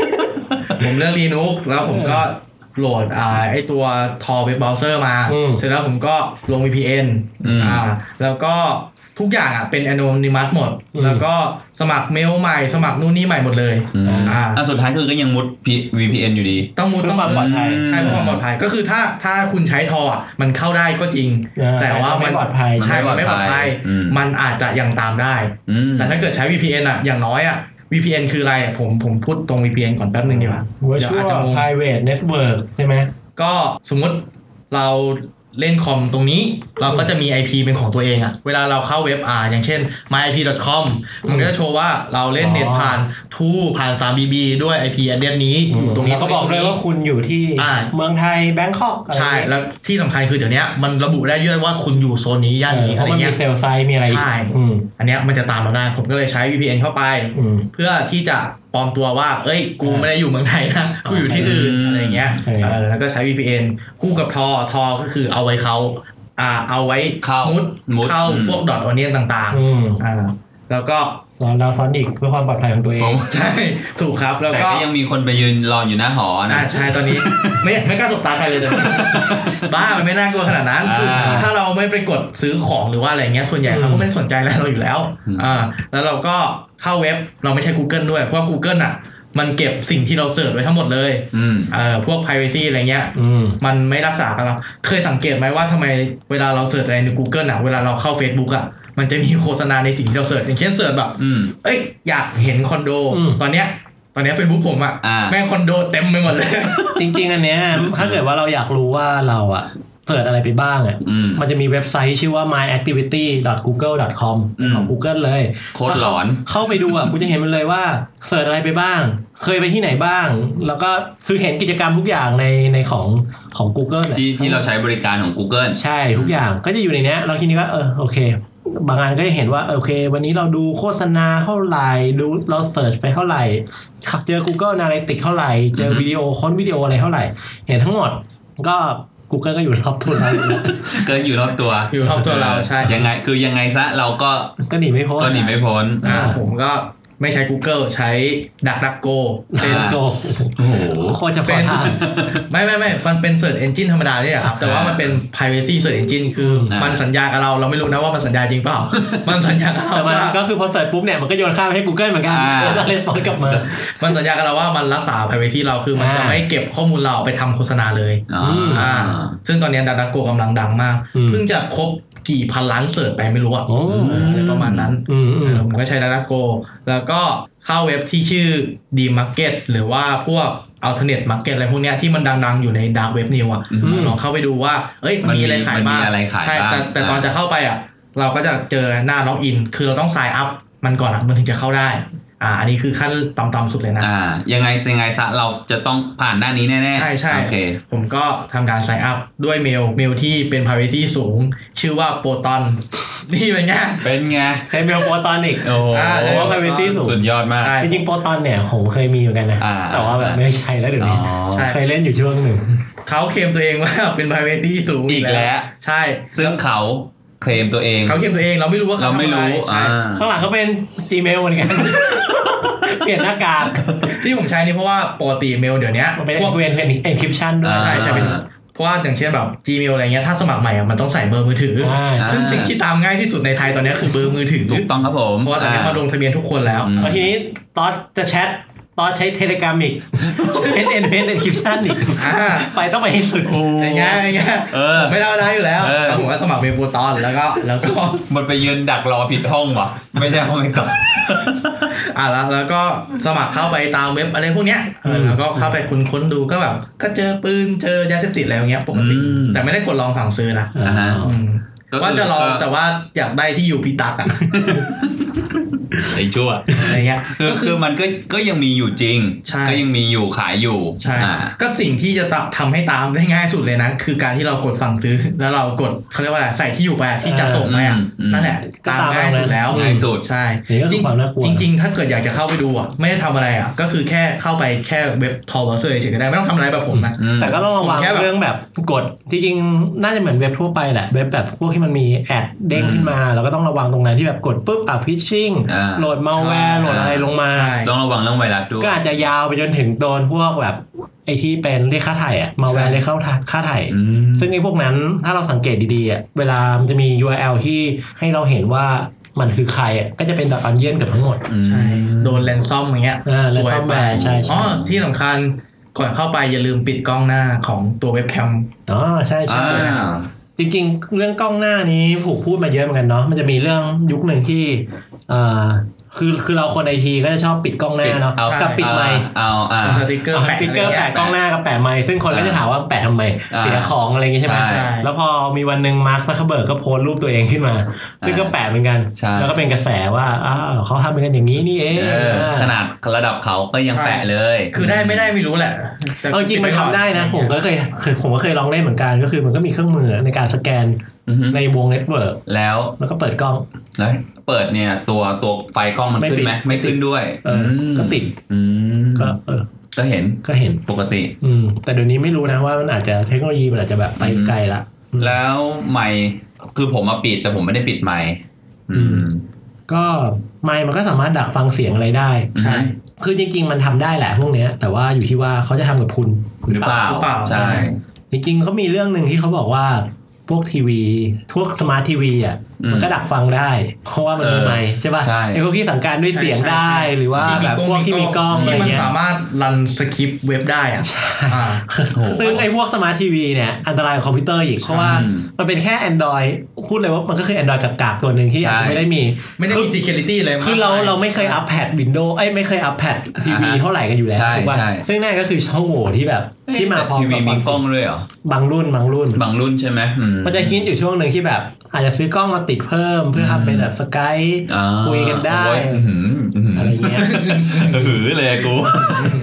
ๆ ผมเลือก Linux แล้วผมก็ โหลดอ่าไอตัวทอเว็บเบราว์เซอร์มา อืม เสร็จแล้วผมก็ลง VPN อืม อ่าแล้วก็ทุกอย่างอ่ะเป็น anonymous หมด อืม แล้วก็สมัครเมลใหม่ สมัครนู่นนี่ใหม่หมดเลย อืม อ่า อ่ะสุดท้ายคือก็ยังมุด P- VPN อยู่ดี ต้องมุด เพื่อ ต้อง ความปลอดภัย ใช่เพื่อความปลอดภัยก็คือถ้าถ้าคุณใช้ทออ่ะมันเข้าได้ก็จริง อ่ แต่ว่ามัน ไม่ปลอดภัย ใช่มันไม่ปลอดภัย อืม มันอาจจะยังตามได้ อืม แต่ถ้าเกิดใช้ VPN อ่ะอย่างน้อยอ่ะ VPN คืออะไรอ่ะผมผมพูดตรง VPN ก่อนแป๊บนึงดีกว่า เดี๋ยวอาจจะ virtual งง private network ใช่ไหม ก็สมมติเราเล่นคอมตรงนี้ เราก็จะมี IP เป็นของตัวเองอะเวลาเราเข้าเว็บอ่าอย่างเช่น myip.com มันก็จะโชว์ว่าเราเล่น อ๋อ เน็ตผ่านทูผ่าน 3BB ด้วย IP address นี้อยู่ตรงนี้ แล้วก็บอกเลยว่า ตรงนี้ คุณอยู่ที่ อ่า เมืองไทยแบงคอก ใช่แล้วที่สำคัญคือเดี๋ยวเนี้ยมันระบุได้ด้วยว่าคุณอยู่โซนนี้ย่านนี้ เพ อะไร ราะมัน เงี้ มี ย เซลล์ไซต์มีอะไรอีก ใช่ อืม อันเนี้ยมันจะตามเราได้ ผมก็เลยใช้ VPN เข้าไป อืม เพื่อที่จะปลอมตัวว่า เอ้ย กู อ่า ไม่ได้อยู่เมืองไทย นะ กูอยู่ที่อื่นอะไรอย่างเงี้ย อืม เออ แล้วก็ใช้ VPN คู่กับทอ ทอก็คือเอาไว้เขาอ่า เอาไว้ เข้า มุด มุด เข้า อืม พวกดอทอเนียนต่าง อืม ๆ อ่า แล้วก็ สอนเราซ้อนอีกเพื่อความปลอดภัยของตัวเอง ผม ใช่ ถูกครับ แล้ว แต่ ก็ ก็ยังมีคนไปยืนรออยู่หน้าหอนะ อ่าใช่ตอนนี้ ไม่ไม่กล้าสบตาใครเลยตอนนี้ บ้า มันไม่น่ากลัวขนาดนั้นคือ อ่า ถ้าเราไม่ไปกดซื้อของหรือว่าอะไรเงี้ย ส่วนใหญ่เขา อื ก็ ม ไม่สนใจแล้วเราอยู่แล้ว อืม อ่า แล้วเราก็เข้าเว็บ เราไม่ใช่ Google ด้วย เพราะว่า Google อ่ะ มันเก็บสิ่งที่เราเสิร์ชไว้ทั้งหมดเลย อืม เอ่อพวก privacy อะไรเงี้ย อืม มันไม่รักษากันหรอกเคยสังเกตไหมว่าทำไมเวลาเราเสิร์ชอะไรใน Google อ่ะ เวลาเราเข้า Facebook อ่ะ มันจะมีโฆษณาในสิ่งที่เราเสิร์ชอย่างเช่นเสิร์ชแบบ อืม เอ้ย อยากเห็นคอนโด อืม ตอนเนี้ย ตอนเนี้ย Facebook ผมอ่ะ อ่า แม่งคอนโดเต็มไปหมดเลย จริง ๆ อันเนี้ยถ้าเกิดว่าเราอยากรู้ว่าเราอะเปิดอะไรไปบ้างอะ อืม มันจะมีเว็บไซต์ชื่อว่า myactivity.google.com เป็นของ อืม Google เลย โคตรหลอน เข้าไปดูอ่ะ คุณจะเห็นมันเลยว่าเสิร์ชอะไรไปบ้าง เคยไปที่ไหนบ้าง แล้วก็คือเห็นกิจกรรมทุกอย่างในในของของ Google ที่ที่เราใช้บริการของ Google ใช่ทุกอย่างก็จะอยู่ในเนี้ยเราคิดว่าเออโอเค บางอันก็จะเห็นว่าโอเค วันนี้เราดูโฆษณาเท่าไหร่ดูเราเสิร์ชไปเท่าไหร่ขับเจอ Google Analytics เท่าไหร่ เจอ อือฮึ วิดีโอค้นวิดีโออะไรเท่าไหร่ เห็นทั้งหมดก็ Google ก็อยู่รอบตัวเราอยู่แล้ว เกินอยู่รอบตัว อยู่รอบตัวเราใช่ ยังไง คือยังไงซะเราก็ ก็หนีไม่พ้น ก็หนีไม่พ้น อ่า อ่า ผมก็ไม่ใช้ Google ใช้ DuckDuckGo เป็น โก โอ้โห โคตรจะพอทาง ไม่ไม่ไม่มันเป็น Search Engine ธรรมดาเนี่ยแหละครับ แต่ว่า อ่ามั มันเป็น Privacy Search Engine คืออา มั มันสัญญากับเราเราไม่รู้นะว่ามันสัญญาจริงเปล่ า มันสัญญากับเรา แต่มัน ว่า ก็คือพอเสิร์ชปุ๊บเนี่ยมันก็โยนข้ามให้ Google เหมือนกัน อ่า ก็เลยพอนกลับมา มันสัญญากับเราว่ามันรักษา privacy เราคือมัน อ่า จะไม่เก็บข้อมูลเราไปทำโฆษณาเลย อ๋ออ่า อ่าซึ่งตอนเนี้ดักดักโกกำลังดังมาก อืม เพิ่งจะครบกี่พันล้านเสิร์ชไปไม่รู้อะ โอ้ เอออะไรประมาณนั้น อืมอืม เออผมก็ใช้ดักดักโกแล้วก็เข้าเว็บที่ชื่อ d market หรือว่าพวก alternate market อะไรพวกเนี้ยที่มันดังๆอยู่ใน dark web new อะ อืม ลองเข้าไปดูว่า เอ้ย มันมี มีอะไรขายบ้ามันงมีอะไรขาย ใช่แต่ บ้าง แต่ตอน อ่า จะเข้าไปอะเราก็จะเจอหน้า log in คือเราต้อง sign up มันก่อนอะมันถึงจะเข้าได้อ่าอันนี้คือขั้นต่ำๆสุดเลยนะ อ่า ยังไงยังไงซะเราจะต้องผ่านหน้านี้แน่ๆ ใช่ใช่ โอเค ผมก็ทำการ sign up ด้วยเมล เมลที่เป็น privacy สูง ชื่อว่าโปรตอน นี่เป็นไง เป็นไง ใช้เมลโปรตอนอีก โอ้โห อ่า เพ เอ ราะ อ ว่า privacy สูง สุดยอดมาก ใช่ จริงๆโปรตอนเนี่ยผมเคยมีเหมือนกันนะ อ่า แต่ว่าแบบ อ่า ไม่ได้ใช้แล้วเดี๋ยว อ๋อ นี้ ใช่ เคยเล่นอยู่ช่วงหนึ่ง เขาเคลมตัวเองว่า เป็น privacy สูง อีกแล้ว ใช่ ซึ่งเขาเคลมตัวเอง เขาเคลมตัวเองเราไม่รู้ว่า เรา เขา ไม่ ทำอะไร รู้ ใช่ อ่า ข้างหลังก็เป็น Gmail เหมือนกัน เปลี่ยนหน้ากาก ที่ผมใช้นี่เพราะว่าปกติเมลเดี๋ยวเนี้ย มันเป็น พวก เวนเป็น encryption ด้วย อ่า ใช่ใช่เป็นเพราะว่าอย่างเช่นแบบ Gmail อะไรเงี้ยถ้าสมัครใหม่อะมันต้องใส่เบอร์มือถือ อ่า ใช่ ซึ่งสิ่งที่ตามง่ายที่สุดในไทยตอนเนี้ยคือเบอร์มือถือ ถูกต้องครับผม เพราะว่าตอนเนี้ยมาลงทะเบียนทุกคนแล้ว อืม แล้วทีนี้ตอสจะแชทตอสใช้เทเลกร m มอีก เป็น end encryption อีก อ่า ไปต้องไปให้สุด โอ้โห อย่างเงี้ยอย่างเงี้ย เออ ผมไม่ได้ได้อยู่แล้ว เออ แล้วผมก็สมัครเป็นโปรตอนแล้วก็แล้วก็ มันไปยืนดักรอผิดห้องว่ะ ไม่ใช่ห้องไอ้ต่อ อ่ะแล้วแล้วก็สมัครเข้าไปตามเว็บอะไรพวกเนี้ยเออ อืม แล้วก็เข้าไปค้นค้นๆดูก็แบบ ก็เจอปืนเจอยาเสพติดอะไรอย่างเงี้ยปกติ อืม แต่ไม่ได้กดลองสั่งซื้อนะ อ่าฮะ อืม ก็คื ว่าจะลองแต่ว่าอยากได้ที่อยู่พี่ตักอะ ไอ้ชั่ว อะไรเงี้ย คือคือมันก็ก็ยังมีอยู่จริง ใช่ ก็ยังมีอยู่ขายอยู่ ใช่ อ่า ก็สิ่งที่จะทำให้ตามได้ง่ายสุดเลยนะ คือการที่เรากดสั่งซื้อ แล้วเรากดเขาเรียกว่าอะไรใส่ที่อยู่ไปอะที่จะส่งไปอะ อืมอืม นั่นแหละ ก็ ตาม ตาม ง่ายสุดแล้ว ง่ายสุด ใช่ นี่ก็คือความน่ากลัว จริงๆ ถ้าเกิดอยากจะเข้าไปดูอะไม่ได้ทำอะไรอะก็คือแค่เข้าไปแค่เว็บทอเวอร์เซอร์เฉยๆก็ได้ไม่ต้องทำอะไรแบบผมนะ อืม แต่ก็ต้องระวัง ผมแค่แบบ เรื่องแบบกดจริงๆน่าจะเหมือนเว็บทั่วไปแหละเว็บแบบพวกที่มันมีแอดเด้งขึ้นมาเราก็ต้องระวังตรงนั้นที่แบบกดปุ๊บอ่ะพิชชิ่ง อ่า โหลดมาแวร์โหลดอะไรลงมา ใช่ ต้องระวังเรื่องไวรัสด้วย ก็อาจจะยาวไปจนถึงโดนพวกแบบ ไอที่เป็นเรียกค่าไถ่อะมาแวร์เรียกเข้าค่าไถ่ อืม ซึ่งไอ้พวกนั้นถ้าเราสังเกตดีๆอ่ะเวลามันจะมี URL ที่ให้เราเห็นว่ามันคือใครอ่ะก็จะเป็นดับอันเย็นกับทั้งหมด อืม ใช่โดนแลนซอมอย่างเงี้ย อ่า สวย ransom ไป มาใช่ใช่ อ๋อที่สำคัญก่อนเข้าไปอย่าลืมปิดกล้องหน้าของตัวเว็บแคม อ๋อใช่ใช่ อ่า จริงๆ เรื่องกล้องหน้านี้ถูกพูดมาเยอะเหมือนกันเนาะมันจะมีเรื่องยุคหนึ่งที่อ่าคือคือเราคนไอทีก็จะชอบปิดกล้องหน้าเนาะ เอา กับปิดไมค์ เอาอ่า สติกเกอร์ เอาส แปะ ติ๊กเกอร์ ะไงี้ แปะ ย กล้องหน้ากับแปะไมค์ซึ่งคนก็จะถามว่าแปะทำไม อ่า เสียของอะไรอย่างงี้ใช่ไหม ใช่ แล้วพอมีวันหนึ่งมาร์คซักเคเบิร์กก็โพสต์รูปตัวเองขึ้นมา ซึ่งก็แปะเหมือนกัน ใช่ แล้วก็เป็นกระแสว่าอ้าวเขาทำกันอย่างนี้นี่เอง เออขนาดระดับเขาก็ยัง ใช่ แปะเลย คือได้ไม่ได้ไม่รู้แหละแต่ เอาจริงมันทำได้นะ ผมก็เคยเคยผมก็เคยลองเล่นเหมือนกัน ก็คือมันก็มีเครื่องมือในการสแกน อือฮึ ในวงเน็ตเวิร์ก แล้ว แล้วก็เปิดกล้อง แล้วเปิดเนี่ย ตัวตัวไฟกล้องมัน ไม่ ขึ้ ติ น ด ไหมไม่ขึ้นด้วย เออ ม ก็ติด อืม ก็เออ ก็เห็น ก็เห็น ปกติ อืม แต่เดี๋ยวนี้ไม่รู้นะว่ามันอาจจะเทคโนโลยีมันอาจจะแบบไปไกลละอืม แล้วไม่คือผมมาปิดแต่ผมไม่ได้ปิดไม่อื อื ม ม ก็ไมค์มันก็สามารถดักฟังเสียงอะไรได้ ใช่ คือจริง ๆ มันทำได้แหละพวกเนี้ย แต่ว่าอยู่ที่ว่าเขาจะทำกับคุณ หรือเปล่า หรือเปล่า ใช่ จริงๆเขามีเรื่องหนึ่งที่เขาบอกว่าพวกทีวีพวกสมาร์ททีวีอ่ะ อื มันก็ดักฟังได้ เพราะว่ามันมีไมค์ใช่ป่ะ ใช่ ไอ้พวกที่สั่งการด้วยเสียงได้หรือว่าแบบพวกที่มีกล้องอะไร ที่มัน เงี้ย สามารถรันสคริปต์เว็บได้อะอ่า โอ้โห ซึ่งไอ้พวกสมาร์ททีวีเนี่ย อันตรายกว่าคอมพิวเตอร์อีก เพราะว่า อืม มันเป็นแค่ Android พูดเลยว่ามันก็คือ Android กากๆตัวหนึ่งที่ ใช่ อาจจะไม่ได้มี ไม่ได้ คือ มี security เลย คือเราเราไม่เคยอัปแพดวินโดว์เอ้ยไม่เคยอัปแพดทีวี อ่าฮะ เท่าไหร่กันอยู่แล้ว ใช่ ถูกป่ะ ใช่ ซึ่งนั่นก็คือช่องโหว่ที่แบบที่มาพร้อม ทีวี กับ มีกล้องด้วยเหรอบ างรุ่นบางรุ่น บางรุ่นใช่ไหมอื มันจะคิดอยู่ช่วงหนึ่งที่แบบ อาจจะซื้อกล้องมาติดเพิ่มเพื่อทำเป็นแบบสกาย อ่า คุยกันได้ โอ้ยอื้อหืออื้อหือ อะไรเงี้ย อื้อหือเลยกู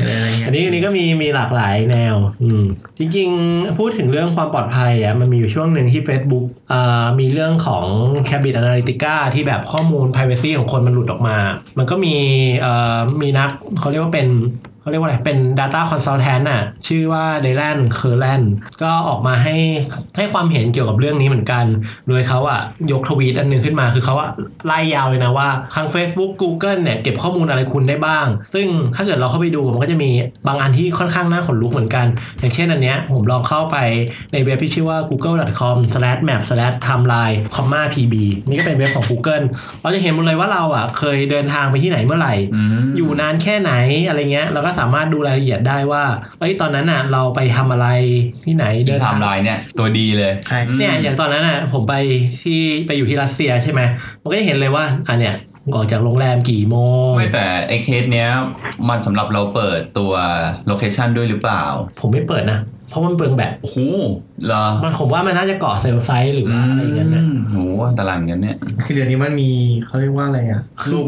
อะไร อั เงี้ย นนี้อันนี้ก็มีมีหลากหลายแนว อืมจริงๆ พูดถึงเรื่องความปลอดภัยอ่ะมันมีอยู่ช่วงหนึ่งที่ Facebook อ่ามีเรื่องของ c a b i t Analytica ที่แบบข้อมูล Privacy ของคนมันหลุดออกมา มันก็มีเอ่อมีนักเขาเรียกว่าเป็นเขาเรียกว่าอะไร เป็น Data Consultant น่ะ ชื่อว่าเดลันเคอร์แลนก็ออกมาให้ให้ความเห็นเกี่ยวกับเรื่องนี้เหมือนกัน โดยเขาอ่ะยกทวีตอันหนึ่งขึ้นมาคือเขาอ่ะไล่ยาวเลยนะว่าทาง Facebook Google เนี่ยเก็บข้อมูลอะไรคุณได้บ้าง ซึ่งถ้าเกิดเราเข้าไปดูมันก็จะมีบางอันที่ค่อนข้างน่าขนลุกเหมือนกัน อย่างเช่นอันเนี้ยผมลองเข้าไปในเว็บที่ชื่อว่า google.com/map/timeline comma pb นี่ก็เป็นเว็บของ Google เราจะเห็นหมดเลยว่าเราอ่ะเคยเดินทางไปที่ไหนเมื่อไหร่ อยู่นานแค่ไหนอะไรเงี้ยเราก็สามารถดูรายละเอียดได้ว่าเอ้ยตอนนั้นอ่ะเราไปทำอะไรที่ไหน เดิ เดิ น น ไท ทาง ม์ไลน์เนี่ย ตัวดีเลย ใช่ ม เนี่ยอย่างตอนนั้นน่ะผมไปที่ไปอยู่ที่รัสเซียใช่ไหมมันก็จะเห็นเลยว่าอันเนี่ยออกจากโรงแรมกี่โมง ไม่แต่ไอ้เคสเนี้ย มันสำหรับเราเปิดตัวโลเคชันด้วยหรือเปล่า ผมไม่เปิดนะ เพราะมันเปลืองแบต โอ้โหเหรอ มันผมว่ามันน่าจะเกาะเซลล์ไซต์หรือว่าอะไรอย่างเงี้ยนะ มโหอันตรายเหมือนกันเนี่ย คือเดี๋ยวนี้มันมีเขาเรียกว่าอะไรอ่ะ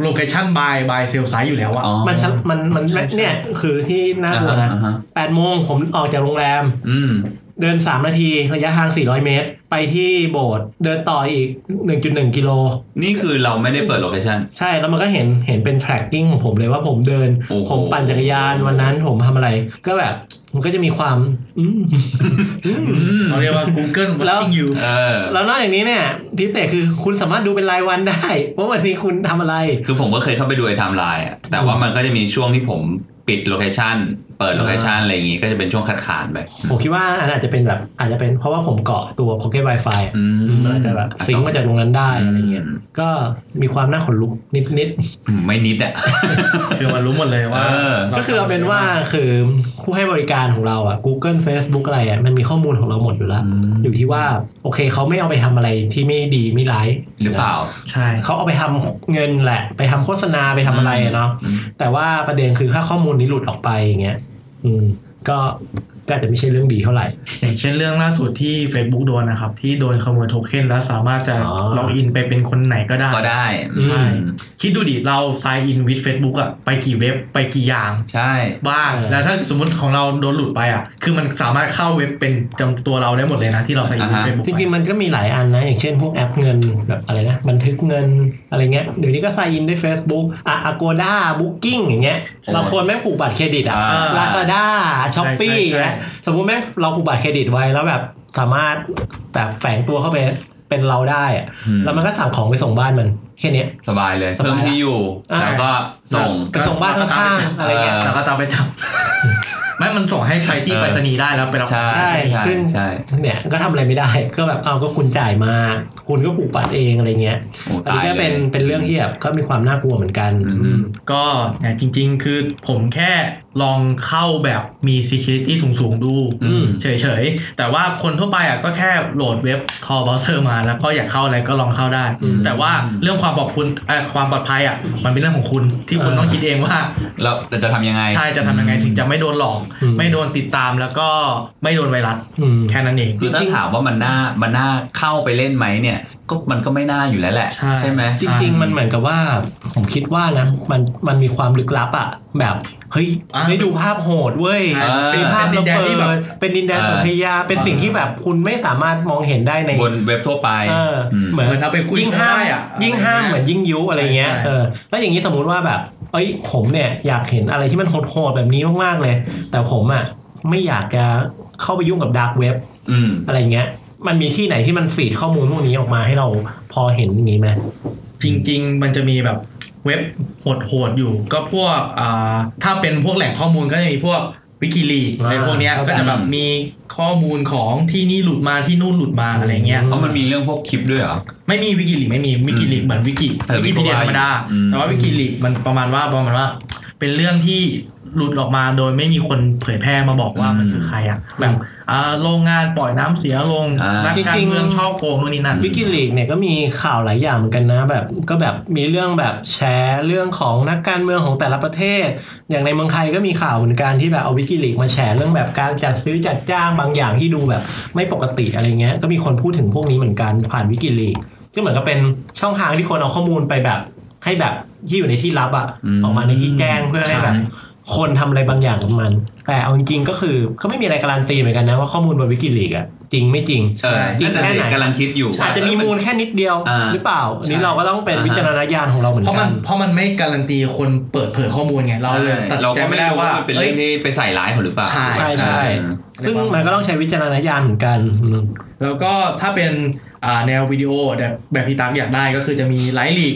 โลเคชั่นบายบายเซลไซต์อยู่แล้วอ่ะ อ๋อ มันชัดมันมัน ใช่ใช่ เนี่ยคือที่น่า อ่าก ลัวนะฮะอ่าฮะ แปดโมงผมออกจากโรงแรม อืม เดิน 3 นาทีระยะทาง 400 เมตร ไปที่โบสถ์เดินต่ออีก 1.1 กิโล นี่คือเราไม่ได้เปิดโลเคชัน ใช่แล้วมันก็เห็นเห็นเป็น tracking ของผมเลยว่าผมเดิน โอ้โห ผมปั่นจักรยานวันนั้นผมทำอะไร ก็แบบมันก็จะมีความอืม เขาเรียกว่า Google แล้ว watching you เออ แล้วนอกจากนี้เนี่ยพิเศษคือคุณสามารถดูเป็นรายวันได้ ว่าวันนี้คุณทำอะไร คือผมก็เคยเข้าไปดูไอ้ไทม์ไลน์อะแต่ว่ามันก็จะมีช่วงที่ผมปิดโลเคชันเปิดโลเคชันอะไรอย่างงี้ก็จะเป็นช่วงคัดขานไป ผมคิดว่าอันอาจจะเป็นแบบอาจจะเป็นเพราะว่าผมเกาะตัว Pocket Wi-Fi อะ อืม มันอาจจะแบบซิงก์มาจากตรงนั้นได้อะไรเงี้ยก็มีความน่าขนลุกนิด อืมไม่นิดอะ คือมันรู้หมดเลยว่า เออ ๆก็คือเอาเป็นว่าคือผู้ให้บริการของเราอ่ะ Google Facebook อะไรอ่ะมันมีข้อมูลของเราหมดอยู่แล้ว อยู่ที่ว่าโอเคเขาไม่เอาไปทำอะไรที่ไม่ดีไม่ร้าย หรือเปล่า ใช่ เขาเอาไปทำเงินแหละ ไปทำโฆษณาไปทำอะไรอะเนาะ อืม แต่ว่าประเด็นคือถ้าข้อมูลนี้หลุดออกไปอย่างเงี้ยอืมก็ก็อาจจะไม่ใช่เรื่องดีเท่าไหร่ อย่างเช่นเรื่องล่าสุดที่ Facebook โดนนะครับ ที่โดนขโมยโทเค็นแล้วสามารถจะ อ๋อ ล็อกอินไปเป็นคนไหนก็ได้ ก็ได้ ใช่ อืม คิดดูดิเราไซน์อินวิด Facebook อะไปกี่เว็บไปกี่อย่าง ใช่ บ้าง เออ แล้วถ้าสมมติของเราโดนหลุดไปอ่ะ คือมันสามารถเข้าเว็บเป็นจำตัวเราได้หมดเลยนะ ที่เราไปอยู่ อ่าฮะ เฟซบุ๊ก จริงๆมันก็มีหลายอันนะ อย่างเช่นพวกแอปเงินแบบอะไรนะ บันทึกเงินอะไรเงี้ยเดี๋ยวนี้ก็ไซน์อินด้วย Facebook อ่ะ Agoda Booking อย่างเงี้ย โอ้ย เราควรแม่งผูกบัตรเครดิตอ่ะ อ่า Lazada Shopee ใช่ นะสมมุติแม่งเราผูกบัตรเครดิตไว้แล้วแบบสามารถแบบแฝงตัวเข้าไปเป็นเราได้อะ อืม แล้วมันก็สั่งของไปส่งบ้านมันแค่เนี้ย สบายเลย สบาย เพิ่มที่อยู่ อ่า แล้วก็ส่ง ไปส่งบ้านข้างๆอะไรเงี้ย เออ แล้วก็ตามไปจับ ไม่มันส่งให้ไปที่ เออ ไปรษณีย์ได้แล้วไปรับ ใช่ ใช่ ใช่ ซึ่ง ใช่ เนี่ยก็ทำอะไรไม่ได้ ก็แบบเอาก็คุณจ่ายมา คุณก็ผูกบัตรเองอะไรเงี้ย โอ้ อันนี้ก็ตายลย เป็นเป็นเรื่องที่แบบก็มีความน่ากลัวเหมือนกัน อืม อืม ก็เนี่ยจริง ๆ คือผมแค่ลองเข้าแบบมี security สูงๆ ดู อืม เฉยๆ แต่ว่าคนทั่วไปอ่ะก็แค่โหลดเว็บ Tor Browser มา แล้วก็อยากเข้าอะไรก็ลองเข้าได้ อืม แต่ว่าเรื่องความปลอดคุณเอ่อความปลอดภัยอ่ะมันเป็นเรื่องของคุณที่คุณ เออ ต้องคิดเองว่า เราจะทำยังไง ใช่จะทำยังไงถึงจะไม่โดนหลอก อืม ไม่โดนติดตามแล้วก็ไม่โดนไวรัส อืม แค่นั้นเอง คือถ้าถามว่ามันน่ามันน่าเข้าไปเล่นไหมเนี่ยก็มันก็ไม่น่าอยู่แล้วแหละ ใช่ ไหม จริงๆ มันเหมือนกับว่าผมคิดว่านะมันมันมีความลึกลับอะแบบเฮ้ย อ่า ไม่ดูภาพโหดเว้ย ใช่ เป็นภาพ เป็นดิ ระ นแดน เบิ ที่แบบ ดเป็นดินแดน อ่า สัพยาเป็นสิ่งที่แบบคุณไม่สามารถมองเห็นได้ใน บนเว็บทั่วไป เอออ ม เหมือน เหมือนเอาไปคุย ยิ่ง ใช้ ห้าม ได้อะ ยิ่งห้าม อะเหไรอย่างเงี้ยมือนยิ่งยุอะไรเงี้ย ใช่ใช่ เออแล้วอย่างนี้สมมุติว่าแบบเอ้ยผมเนี่ยอยากเห็นอะไรที่มันโหดๆแบบนี้มากๆเลย แต่ผมอะไม่อยากจะเข้าไปยุ่งกับดาร์กเว็บ อืม อะไรเงี้ย มันมีที่ไหนที่มันฟีดข้อมูลพวกนี้ออกมาให้เราพอเห็นอย่างนี้ไหม จริง ๆ มันจะมีแบบเว็บโหดๆอยู่ ก็พวกอ่าถ้าเป็นพวกแหล่งข้อมูลก็จะมีพวกวิกิลี อ่า อะไรพวกเนี้ย เข้าใจ ก็จะแบบมีข้อมูลของที่นี่หลุดมาที่นู่นหลุดมาอะไรเงี้ย อื เพราะมันมีเรื่องพวกคลิปด้วยเหรอ ไม่มีวิกิลีไม่มีวิกิลี อืม เหมือนวิกิ เออ วิกิพีเดียธรรมดา อืม แต่ว่าวิกิลีมันประมาณว่าประมาณว่า เป็นเรื่องที่หลุดออกมาโดยไม่มีคนเผยแพร่มาบอกว่ามันคือใครอะแบบอ่าโรงงานปล่อยน้ำเสียลง อ่านั นักการ จริงๆ เมืองช่อโกงนู่นนี่นั่น วิกิลีกเนี่ยก็มีข่าวหลายอย่างเหมือนกันนะแบบก็แบบมีเรื่องแบบแชร์เรื่องของนักการเมืองของแต่ละประเทศ อย่างในเมืองไทยก็มีข่าวเหมือนกันที่แบบเอาวิกิลีกมาแชร์เรื่องแบบการจัดซื้อจัดจ้างบางอย่างที่ดูแบบไม่ปกติอะไรเงี้ยก็มีคนพูดถึงพวกนี้เหมือนกันผ่านวิกิลีกก็เหมือนกับเป็นช่องทางที่คนเอาข้อมูลไปแบบให้แบบที่อยู่ในที่ลับอะ อืม ออกมาในที่แจ้งเพื่อให้แบบ คนทำอะไรบางอย่างกับมัน แต่เอาจริงๆก็คือก็ไม่มีอะไรการันตีเหมือนกันนะว่าข้อมูลบนวิกิลีกอะจริงไม่จริง เออ จริง นั่น แค่ น่ะสิ ไหน กำลังคิดอยู่ว่ อาจจะมีมูลแค่นิดเดียว อ่า หรือเปล่าอันนี้ ใช่ เราก็ต้องเป็นวิจารณญาณของเราเหมือน เพราะ กั มัน นเพราะมันไม่การันตีคนเปิดเผยข้อมูลไงเราเลยตัด ใช่เรา ใจ ก็ ไม่ ไม่ ได้ ได้ว่า ว่า มันเป็น เอ้ เรื่ ย องที่ไปใส่ร้ายเขาหรือเปล่า ใช่ ใช่ใช่ ซึ่งมันก็ต้องใช้วิจารณญาณเหมือนกันอืม แล้วก็ถ้าเป็นอ่าแนววิดีโอแบบแบบพี่ตั๊กอยากได้ก็คือจะมีไลฟ์ลีก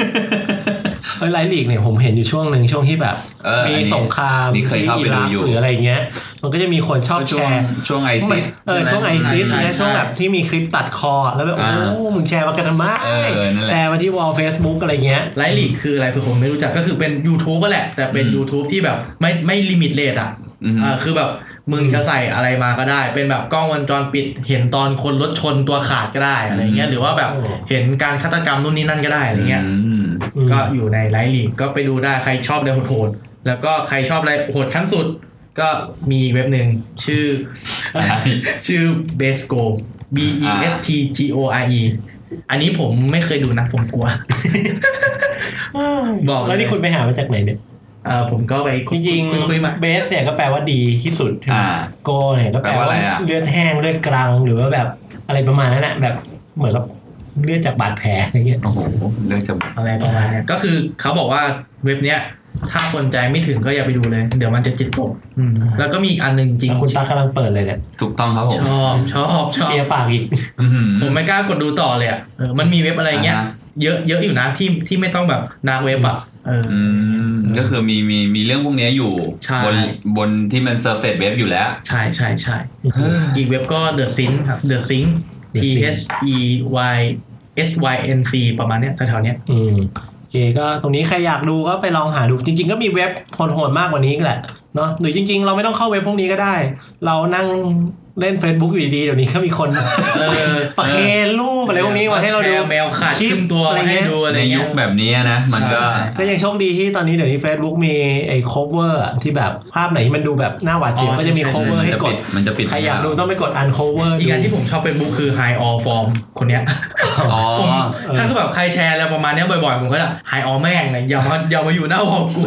เอ้ยไลท์ลีกเนี่ยผมเห็นอยู่ช่วงหนึ่งช่วงที่แบบ เออ มี อันนี้ สงคราม นี่เคยเข้าไปดูอยู่ หรืออะไรเงี้ย มันก็จะมีคนชอบ ก็ แช ช่วง ร์ ช่วงไอซิส เออช่วงไอซิส ใช่ เนี่ย ใช่ ช่วงแบบที่มีคลิปตัดคอแล้วแบบโอ้ อ่า โหมึงแชร์มากันทำไม เออนั่นแหละ แชร์มาที่วอลเฟซบุ๊กอะไรเงี้ย ไลฟ์ลีกคืออะไรเผื่อผมไม่รู้จักก็คือเป็น YouTube ก็แหละ แต่เป็น อืม YouTube ที่แบบไม่ไม่ลิมิตเลทอ่ะ อืม เออคือแบบมึงจะใส่อะไรมาก็ได้ เป็นแบบกล้องวงจรปิด เห็นตอนคนรถชนตัวขาดก็ได้อะไรเงี้ อื ย ม หรือว่าแบบ โอ้ เห็นการฆาตกรรมนู่นนี่นั่นก็ได้อะไรเงี้ย อืม อืม ก็อยู่ในไลฟ์ลีกก็ไปดูได้ใครชอบอะไรโหดๆแล้วก็ใครชอบอะไรโหดขั้นสุด ก็มีเว็บหนึ่งชื่อ ชื่อ Besco B E S T G O R E อันนี้ผมไม่เคยดูนะผมกลัว บอกเลย แล้วนี่คุณไปหามาจากไหนเนี่ย เออผมก็ไปคุ จ ย ริง คุยคุยมา เบสเนี่ยก็แปลว่าดีที่สุดใช่ไหม อ่า โกเนี่ยก็แปลว่า แปลว่าอะไรอะ เลือดแห้งเลือดกลางหรือว่าแบบอะไรประมาณนั้นแหละแบบเหมือนกับเลือดจากบาดแผลอะไรเงี้ย โอ้โหเรื่องจะบอก อะไรประมาณเนี้ยก็คือเขาบอกว่าเว็บเนี้ย ถ้าคนใจไม่ถึงก็อย่าไปดูเลย เดี๋ยวมันจะจิตตกอืมแล้วก็มีอีกอันหนึ่งจริง แล้วคุณตากำลังเปิดเลยเนี่ย ถูกต้องครับผม ชอบชอบชอบ เลียปากอีก อื้อหือ ผมไม่กล้ากดดูต่อเลยอ่ะเออมันมีเว็บอะไรเงี้ย อ่าฮะ เยอะเยอะอยู่นะที่ที่ไม่ต้องแบบดาร์กเว็บอ่ะเอออ อืมก็คือมีมีมีเรื่องพวกเนี้ยอยู่ ใช่ บนบนที่มันเซอร์เฟซเว็บอยู่แล้ว ใช่ใช่ใช่ เฮ้ย อีกเว็บก็ The Sync ครับ The Sync T The Sync S E Y S Y N C ประมาณเนี้ยแถวๆเนี้ย อืมโอเคก็ตรงนี้ใครอยากดูก็ไปลองหาดูจริง ๆ ก็มีเว็บโหดๆมากกว่านี้อีกแหละเนาะหรือจริง ๆ เราไม่ต้องเข้าเว็บพวกนี้ก็ได้ เรานั่งเล่น Facebook อยู่ดีๆเดี๋ยวนี้ก็มีคน เออ ประเคนรูปอะไรพวกนี้มาให้เราดู แชแมวขาด คลิ ค ป รึ่งตัว อะไรเงี้ ให้ ย ดูอะไร ในยุ เงี้ ค ย แบบนี้นะ มันก็ ใช่ ก็ยังโชคดีที่ตอนนี้เดี๋ยวนี้ Facebook มีไอ้ cover อะที่แบบภาพไหนที่มันดูแบบหน้าหวาดเสียว อ๋อ ก็จะมี ใช่ใช่ cover มัน ให้ จะ ก ปิ ด ดมันจะปิด ใครอยากดูต้องไปกด uncover อีกอันที่ผมชอบเฟซบุ๊กคือ High All Form คนเนี้ย อ๋อ ผมถ้าคือแบบใครแชร์อะไรประมาณเนี้ยบ่อยๆ ผมก็จะ High All แม่งนะอย่ามาอย่ามาอยู่หน้าวอลกู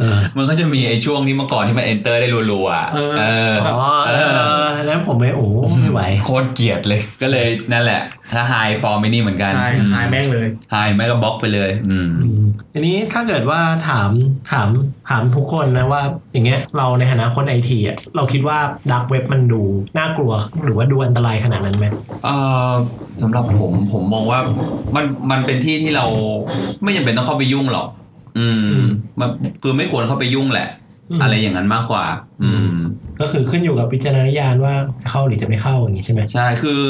เออ มันก็จะมีไอ้ช่วงนี้เมื่อก่อนที่มัน enter ได้รัวๆอะ เออ เออ อ๋อเออนั้นผมไม่โอ้ไม่ไหว โคตรเกลียดเลย ก็เลยนั่นแหละ ถ้าไฮฟอร์มไม่นี่เหมือนกัน ใช่ High แม่งเลย ไฮไม่ก็บล็อกไปเลย อืม อืมทีนี้ถ้าเกิดว่าถามถามถามทุกคนนะว่าอย่างเงี้ยเราในฐานะคนไอทีอ่ะเราคิดว่าดักเว็บมันดูน่ากลัวหรือว่าดูอันตรายขนาดนั้นไหม เอ่อสำหรับผมผมมองว่ามันมันเป็นที่ที่เราไม่จำเป็นต้องเข้าไปยุ่งหรอก อืม อืม มันคือไม่ควรเข้าไปยุ่งแหละ อะไรอย่างนั้นมากกว่า อืม ก็คือขึ้นอยู่กับวิจารณญาณว่าเข้าหรือจะไม่เข้าอย่างนี้ใช่ไหม ใช่ คือ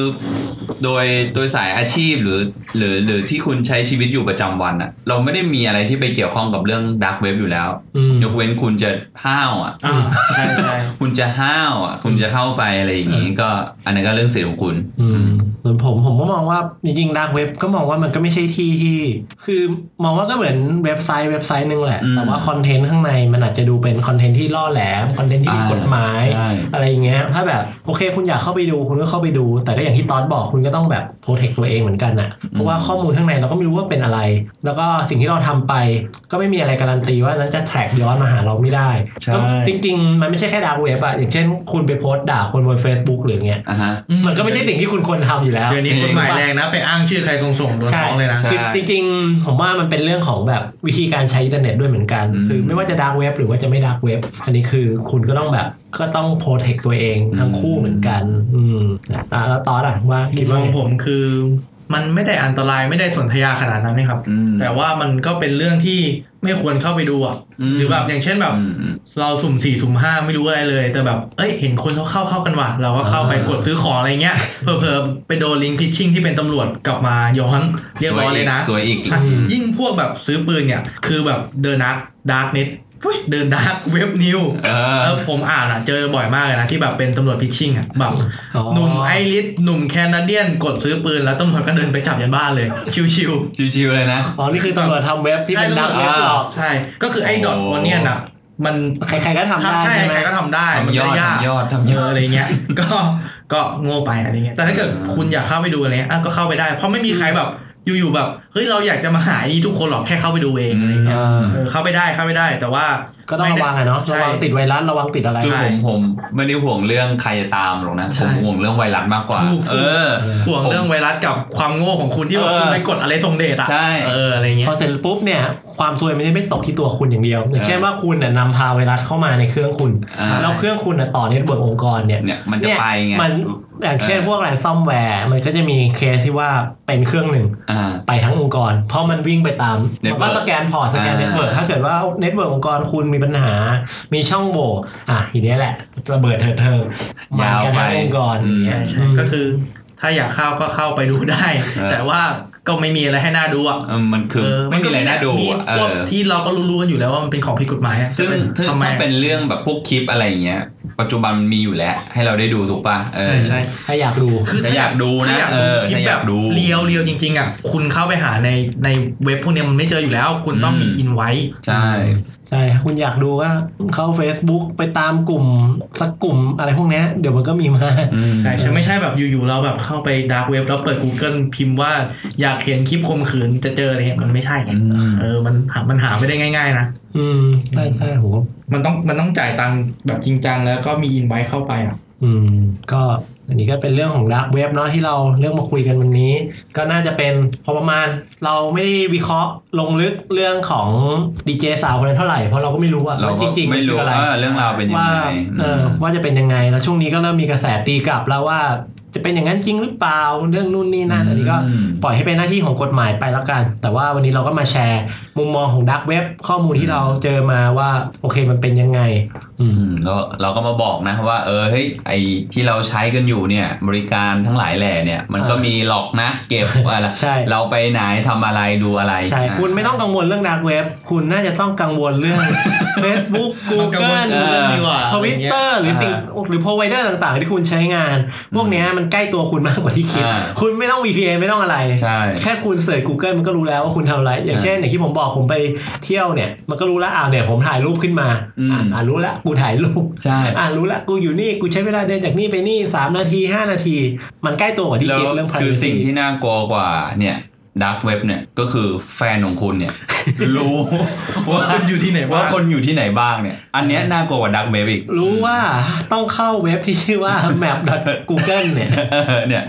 โดยโดยสายอาชีพหรือ หรือหรือที่คุณใช้ชีวิตอยู่ประจำวันอะเราไม่ได้มีอะไรที่ไปเกี่ยวข้องกับเรื่องดักเว็บอยู่แล้ว อืม ยกเว้นคุณจะห้าวอะ อ่าใช่ใช่ คุณจะห้าวอะคุณจะเข้าไปอะไรอย่างนี้ ก็อันนั้นก็เรื่องสิทธิ์ของคุณ อืมส่วนผมผมก็มองว่าจริงๆดักเว็บก็มองว่ามันก็ไม่ใช่ที่ที่ คือมองว่าก็เหมือนเว็บไซต์เว็บไซต์หนึ่งแหละ อืม แต่ว่าคอนเทนต์ข้างในมันอาจจะดูเป็นคอนเทนต์ที่ล่อแหลมคอนเทนต์ที่ผิดกฎหมาย ใช่ อะไรอย่างเงี้ย ถ้าแบบโอเคคุณอยากเข้าไปดูคุณก็เข้าไปดู แต่ก็อย่างที่ตอนบอกคุณก็ต้องแบบโปรเทคตัวเองเหมือนกันน่ะ เพราะว่าข้อมูลข้างในเราก็ไม่รู้ว่าเป็นอะไร แล้วก็สิ่งที่เราทำไป ก็ไม่มีอะไรการันตีว่านั้นจะแทร็กย้อนมาหาเราไม่ได้ ใช่ ก็จริง ๆ มันไม่ใช่แค่ดาร์กเว็บอะอย่างเช่น คุณไปโพสต์ด่าคนบน Facebook หรืออย่างเงี้ย อ่ะฮะ มันก็ไม่ใช่สิ่งที่คุณควรทำอยู่แล้ว เดี๋ยวนี้กฎหมายแรงนะ ไปอ้างชื่อใครส่งส่งๆโดนฟ้องเลยนะ ใช่ คือจริงๆ ผมว่ามันเป็นเรื่องของแบบวิธีการใช้อินเทอร์เน็ตด้วยเหมือนกัน อืม คือไม่ว่าจะดาร์กเว็บหรือว่าจะไม่ดาร์กเว็บอันนี้คือคุณก็ต้องแบบก็ต้องโปรเทคตัวเองทั้งคู่ อืม เหมือนกัน อืมนะอ่ะแล้วตอนอ่ะว่า มุ คิด มม ว่า อง ไง ผมคือมันไม่ได้อันตรายไม่ได้สนธยาขนาดนั้นนะครับ อืม แต่ว่ามันก็เป็นเรื่องที่ไม่ควรเข้าไปดูอ่ะ อืม หรือแบบอย่างเช่นแบบ อืมอืม เราสุ่มสี่สุ่มห้าไม่รู้อะไรเลย แต่แบบเอ้ยเห็นคนเขาเข้าเข้ากันว่ะเราก็เข้าไป อ่ากก ดซื้อของอะไรเงี้ยเผลอๆไปโดนลิงก์พิชชิ่งที่เป็นตำรวจกลับมาย้อนเรียบร้อยเลยนะ สวยอีกสวยอีก ใช่ยิ่งพวกแบบซื้อปืนเนี่ย คือแบบเดินดาร์กดาร์กเน็ตเดินดาร์กเว็บ นิว เออ แล้วผมอ่านอ่ะเจอบ่อยมากเลยนะที่แบบเป็นตำรวจพิชชิ่งอ่ะแบบ อ๋อ หนุ่มไอริสหนุ่มแคนาเดียนกดซื้อปืนแล้วตำรวจก็เดินไปจับยันบ้านเลย ชิวๆ ชิวๆเลยนะ อ๋อนี่คือตำรวจทำเว็บที่เป็น ใช่ ดาร์กเว็บ ตำรวจ หรอก ใช่ก็คือไอ้ดอท โอ้ วันเนี้ยนะมัน ใครๆก็ทำ ทำ ได้ ใช่ ใช่ไห ใค ม รก็ทำได้มัน ทำยอ ไม่ ด ยาก ทำยอดทำ เย ยออะด อะไรเงี้ย ก็ก็โง่ไปอะไรเงี้ยแต่ถ้าเกิดคุณอยากเข้าไปดูอะไรเงี้ยอ่ะก็เข้าไปได้ เพราะไม่มีใครแบบอยู่ๆแบบเฮ้ยเราอยากจะมาหาไอนี่ทุกคนหรอกแค่เข้าไปดูเองอะไรเงี้ย อ่า เออเข้าไปได้เข้าไปได้ แต่ว่า ก็ต้องระวังอะเนาะ ใช่ ระวังติดไวรัสระวังติดอะไร คือ ใช่ ผมผมไม่ได้ห่วงเรื่องใครจะตามหรอกนะ ใช่ ผมห่วงเรื่องไวรัสมากกว่า ถูกถูก เออ ห่วงเรื่องไวรัสกับความโง่ของคุณที่ว่า เออ คุณไปกดอะไรทรงเดชอ่ะ ใช่ เอออะไรเงี้ พ ย อเสร็จปุ๊บเนี่ยความซวยมันจะไม่ตกที่ตัวคุณอย่างเดียว อย่างเช่นว่าคุณน่ะนำพาไวรัสเข้ามาในเครื่องคุณ อ่า แล้วเครื่องคุณน่ะต่อเน็ตเวิร์กองค์กรเนี่ย เนี่ยมันจะไปไง มันอย่างเช่น เออ พวกแรนซอมแวร์มันก็จะมีเคสที่ว่าเป็นเครื่องหนึ่ง อ่า ไปทั้งองค์กร เพราะมันวิ่งไปตาม เน็ต มันก็เวิร์ก สแกนพอร์ตสแกน อ่า เน็ตเวิร์กถ้าเกิดว่าเน็ตเวิร์กองค์กรคุณมีปัญหา มีช่องโหว่อ่ะทีเนี้ยแหละ ระเบิดเถิดเทิงมัน ยาว กัน ไป ทั้งองค์กร อืม ใช่ใช่ก็คือ ถ้าอยากเข้าก็เข้าไปดูได้ เออ แต่ว่าก็ไม่มีอะไรให้น่าดูอ่ะ เออมันคือ เ ไม่มีอะไรน่าดู มี อะเอ พวก อ ที่เราก็รู้ๆกันอยู่แล้วว่ามันเป็นของผิดกฎหมายอะ ซึ่ง จะ ซึ่ง ทำไม ถ้าเป็นเรื่องแบบพวกคลิปอะไรอย่างเงี้ย ปัจจุบันมันมีอยู่แล้ว ให้เราได้ดูถูกป่ะ เออ ใช่ใช่ ถ้าอยากดู คือถ้า ถ้าอยากดูนะ ถ้าอยากดู เออ คลิป ถ้าอ แบ ยา บ กดู เรียวเรียวจริงๆอ่ะคุณเข้าไปหาในในเว็บพวกเนี้ยมันไม่เจออยู่แล้ว คุณต้องมี อืม อินไว้ ใช่ ใช่คุณอยากดูก็เข้า Facebook ไปตามกลุ่มสักกลุ่มอะไรพวกเนี้ยเดี๋ยวมันก็มีมา อืม ใช่ใช่ไม่ใช่แบบอยู่ๆเราแบบเข้าไปดาร์กเว็บแล้วเปิด Google พิมพ์ว่าอยากเห็นคลิปข่มขืนจะเจออะไรเงี้ยมันไม่ใช่ไง อืม เออมันหามันหาไม่ได้ง่าย ๆ นะ อืมใช่ใช่โห มันต้องมันต้องจ่ายตังค์แบบจริงจังแล้วก็มีอินไว้เข้าไปอ่ะ อืมก็อันนี้ก็เป็นเรื่องของดักเว็บเนาะที่เราเรื่องมาคุยกันวันนี้ ก็น่าจะเป็นพอประมาณ เราไม่ได้วิเคราะห์ลงลึกเรื่องของดีเจสาวคนนั้นเท่าไหร่เพราะเราก็ไม่รู้อะ เรา ว่าจ ก็ ริงๆ ไม่ น รู้ คืออะไร ว่าเรื่องราวเป็นยัง ว่า ไง เออ ม ว่าจะเป็นยังไงแล้วช่วงนี้ก็เริ่มมีกระแสตีกลับแล้วว่า จะเป็นอย่างนั้นจริงหรือเปล่าเรื่องนู่นนี่นั่นอันนี้ก็ อืม ปล่อยให้เป็นหน้าที่ของกฎหมายไปแล้วกัน แต่ว่าวันนี้เราก็มาแชร์มุมมองของดักเว็บข้อมูลที่เราเจอมาว่าโอเคมันเป็นยังไง อืม อืมแล้วเราก็มาบอกนะว่า เออเฮ้ยไอที่เราใช้กันอยู่เนี่ย บริการทั้งหลายแหล่เนี่ย มันก็ อ่ามี มีหลอกนะเก็บ อะไร ใช่ เราไปไหนทำอะไรดูอะไร ใช่ นะ คุณไม่ต้องกังวลเรื่องดาร์กเว็บ คุณน่าจะต้องกังวลเรื่อง Facebook มันกังวล Google เรื่องดีกว่า ทวิตเตอร์หรือสิ่งหรือ provider ต่างๆ ที่คุณใช้งาน พวกเนี้ยมันใกล้ตัวคุณมากกว่าที่คิด อ่า คุณไม่ต้อง VPN ไม่ต้องอะไร ใช่ แค่คุณเสิร์ช Google มันก็รู้แล้วว่าคุณทำอะไร อย่าง ใช่ เช่นอย่างที่ผมบอกผมไปเที่ยวเนี่ย มันก็รู้แล้วอ้าวเนี่ยผมถ่ายรูปขึ้นมา อืม อ่ะอ่ารู้แล้วกูถ่ายรูป ใช่ อ่ารู้แล้วกูอยู่นี่กูใช้เวลาเดินจากนี่ไปนี่สามนาทีห้านาที มันใกล้ตัวกว่าที่ แล้ว คิดเรื่อง คือ privacy สิ่งที่น่ากลัวกว่าเนี่ยดักเว็บเนี่ยก็คือแฟนของคุณ เนี่ย รู้ว่า คุณอยู่ที่ไหน ว่า บ้าง คนอยู่ที่ไหนบ้างเนี่ย อันเนี้ยน่ากลัวกว่าดักเว็บอีก รู้ว่าต้องเข้าเว็บที่ชื่อว่า map google เนี่ย เออเนี่ย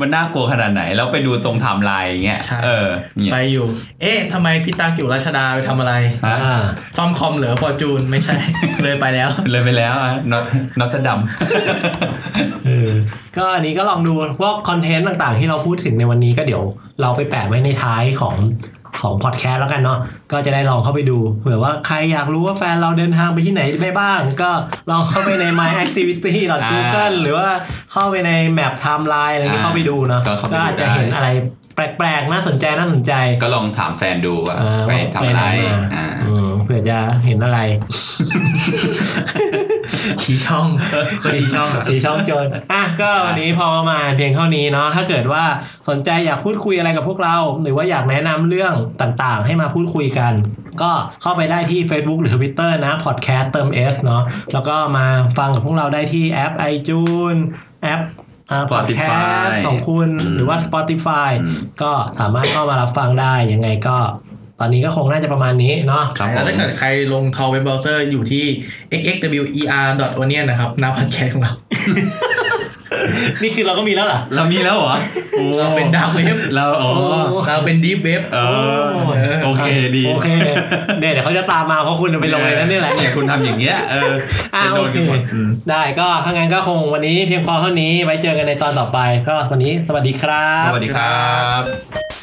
มันน่ากลัวขนาดไหน แล้วไปดูตรงไทม์ไลน์อย่างเงี้ย ใช่ เออเนี่ย ไปอยู่ เอ๊ะทำไมพี่ตาอยู่ราชดาไปทำอะไร ฮะ อ่า ซ่อมคอมเหลือฟอร์จูนไม่ใช่ เลยไปแล้ว เลยไปแล้วอะน็อตน็อตด เออ ก็อันนี้ก็ลองดูว่าคอนเทนต์ต่างๆ ที่เราพูดถึงในวันนี้ก็เดี๋ยวเราไปแปะไว้ในท้ายของ ของพอดแคสต์แล้วกันเนาะก็จะได้ลองเข้าไปดูเผื่อว่าใครอยากรู้ว่าแฟนเราเดินทางไปที่ไหนไปบ้าง ก็ลองเข้าไปใน My Activity หรือ Google หรือว่าเข้าไปในแมปไทม์ไลน์อะไรนี้เข้าไปดูเนาะ ก็เข้าไปดู ก็อาจจะเห็น ได้ อะไรแปลกๆน่าสนใจน่าสนใจ ก็ลองถามแฟนดูว่า เออ ไป ว่า ทำอะไร ปหนมา อ่า อืมเผื่อจะเห็นอะไร ชี้ช่อง ชี้ช่องอะ สีช่องโจรอ่ะก็วันนี้พอประมาณเพียงเท่านี้เนาะถ้าเกิดว่าสนใจอยากพูดคุยอะไรกับพวกเรา หรือว่าอยากแนะนำเรื่องต่างๆ ให้มาพูดคุยกัน ก็เข้าไปได้ที่ Facebook หรือ Twitter นะ Podcast เติม S เนาะแล้วก็มาฟังกับพวกเราได้ที่แอป iTunes แอปอ่า Spotify Podcast ของคุณ อืม หรือว่า Spotify อืม ก็สามารถเข้ามารับฟังได้ยังไงก็ ตอนนี้ก็คงน่าจะประมาณนี้เนาะ ครับผ แล้ว ม ถ้าเกิดใครลงทอเว็บเบราว์เซอร์อยู่ที่ xxwer.onion นะครับหน้าพัดแชทของเรา นี่คือเราก็มีแล้วเหรอ เรามีแล้วเหรอโอ้ เราเป็นดาวเว็บ เราอ๋อ โอ้ เราเป็นดีฟเว็บ เออโอเคดี โอเคเนี่ยเดี๋ยวเขาจะตามมาเพราะคุณไปลงเลยนั่นนี่แหละ เนี่ยคุณทำอย่างเงี้ยเออ อ่า จะโดน โอเค ทุกคนอืม ได้ก็ถ้างั้นก็คงวันนี้เพียงพอเท่านี้ไว้เจอกันในตอนต่อไป ก็วันนี้สวัสดีครับ สวัสดีครับ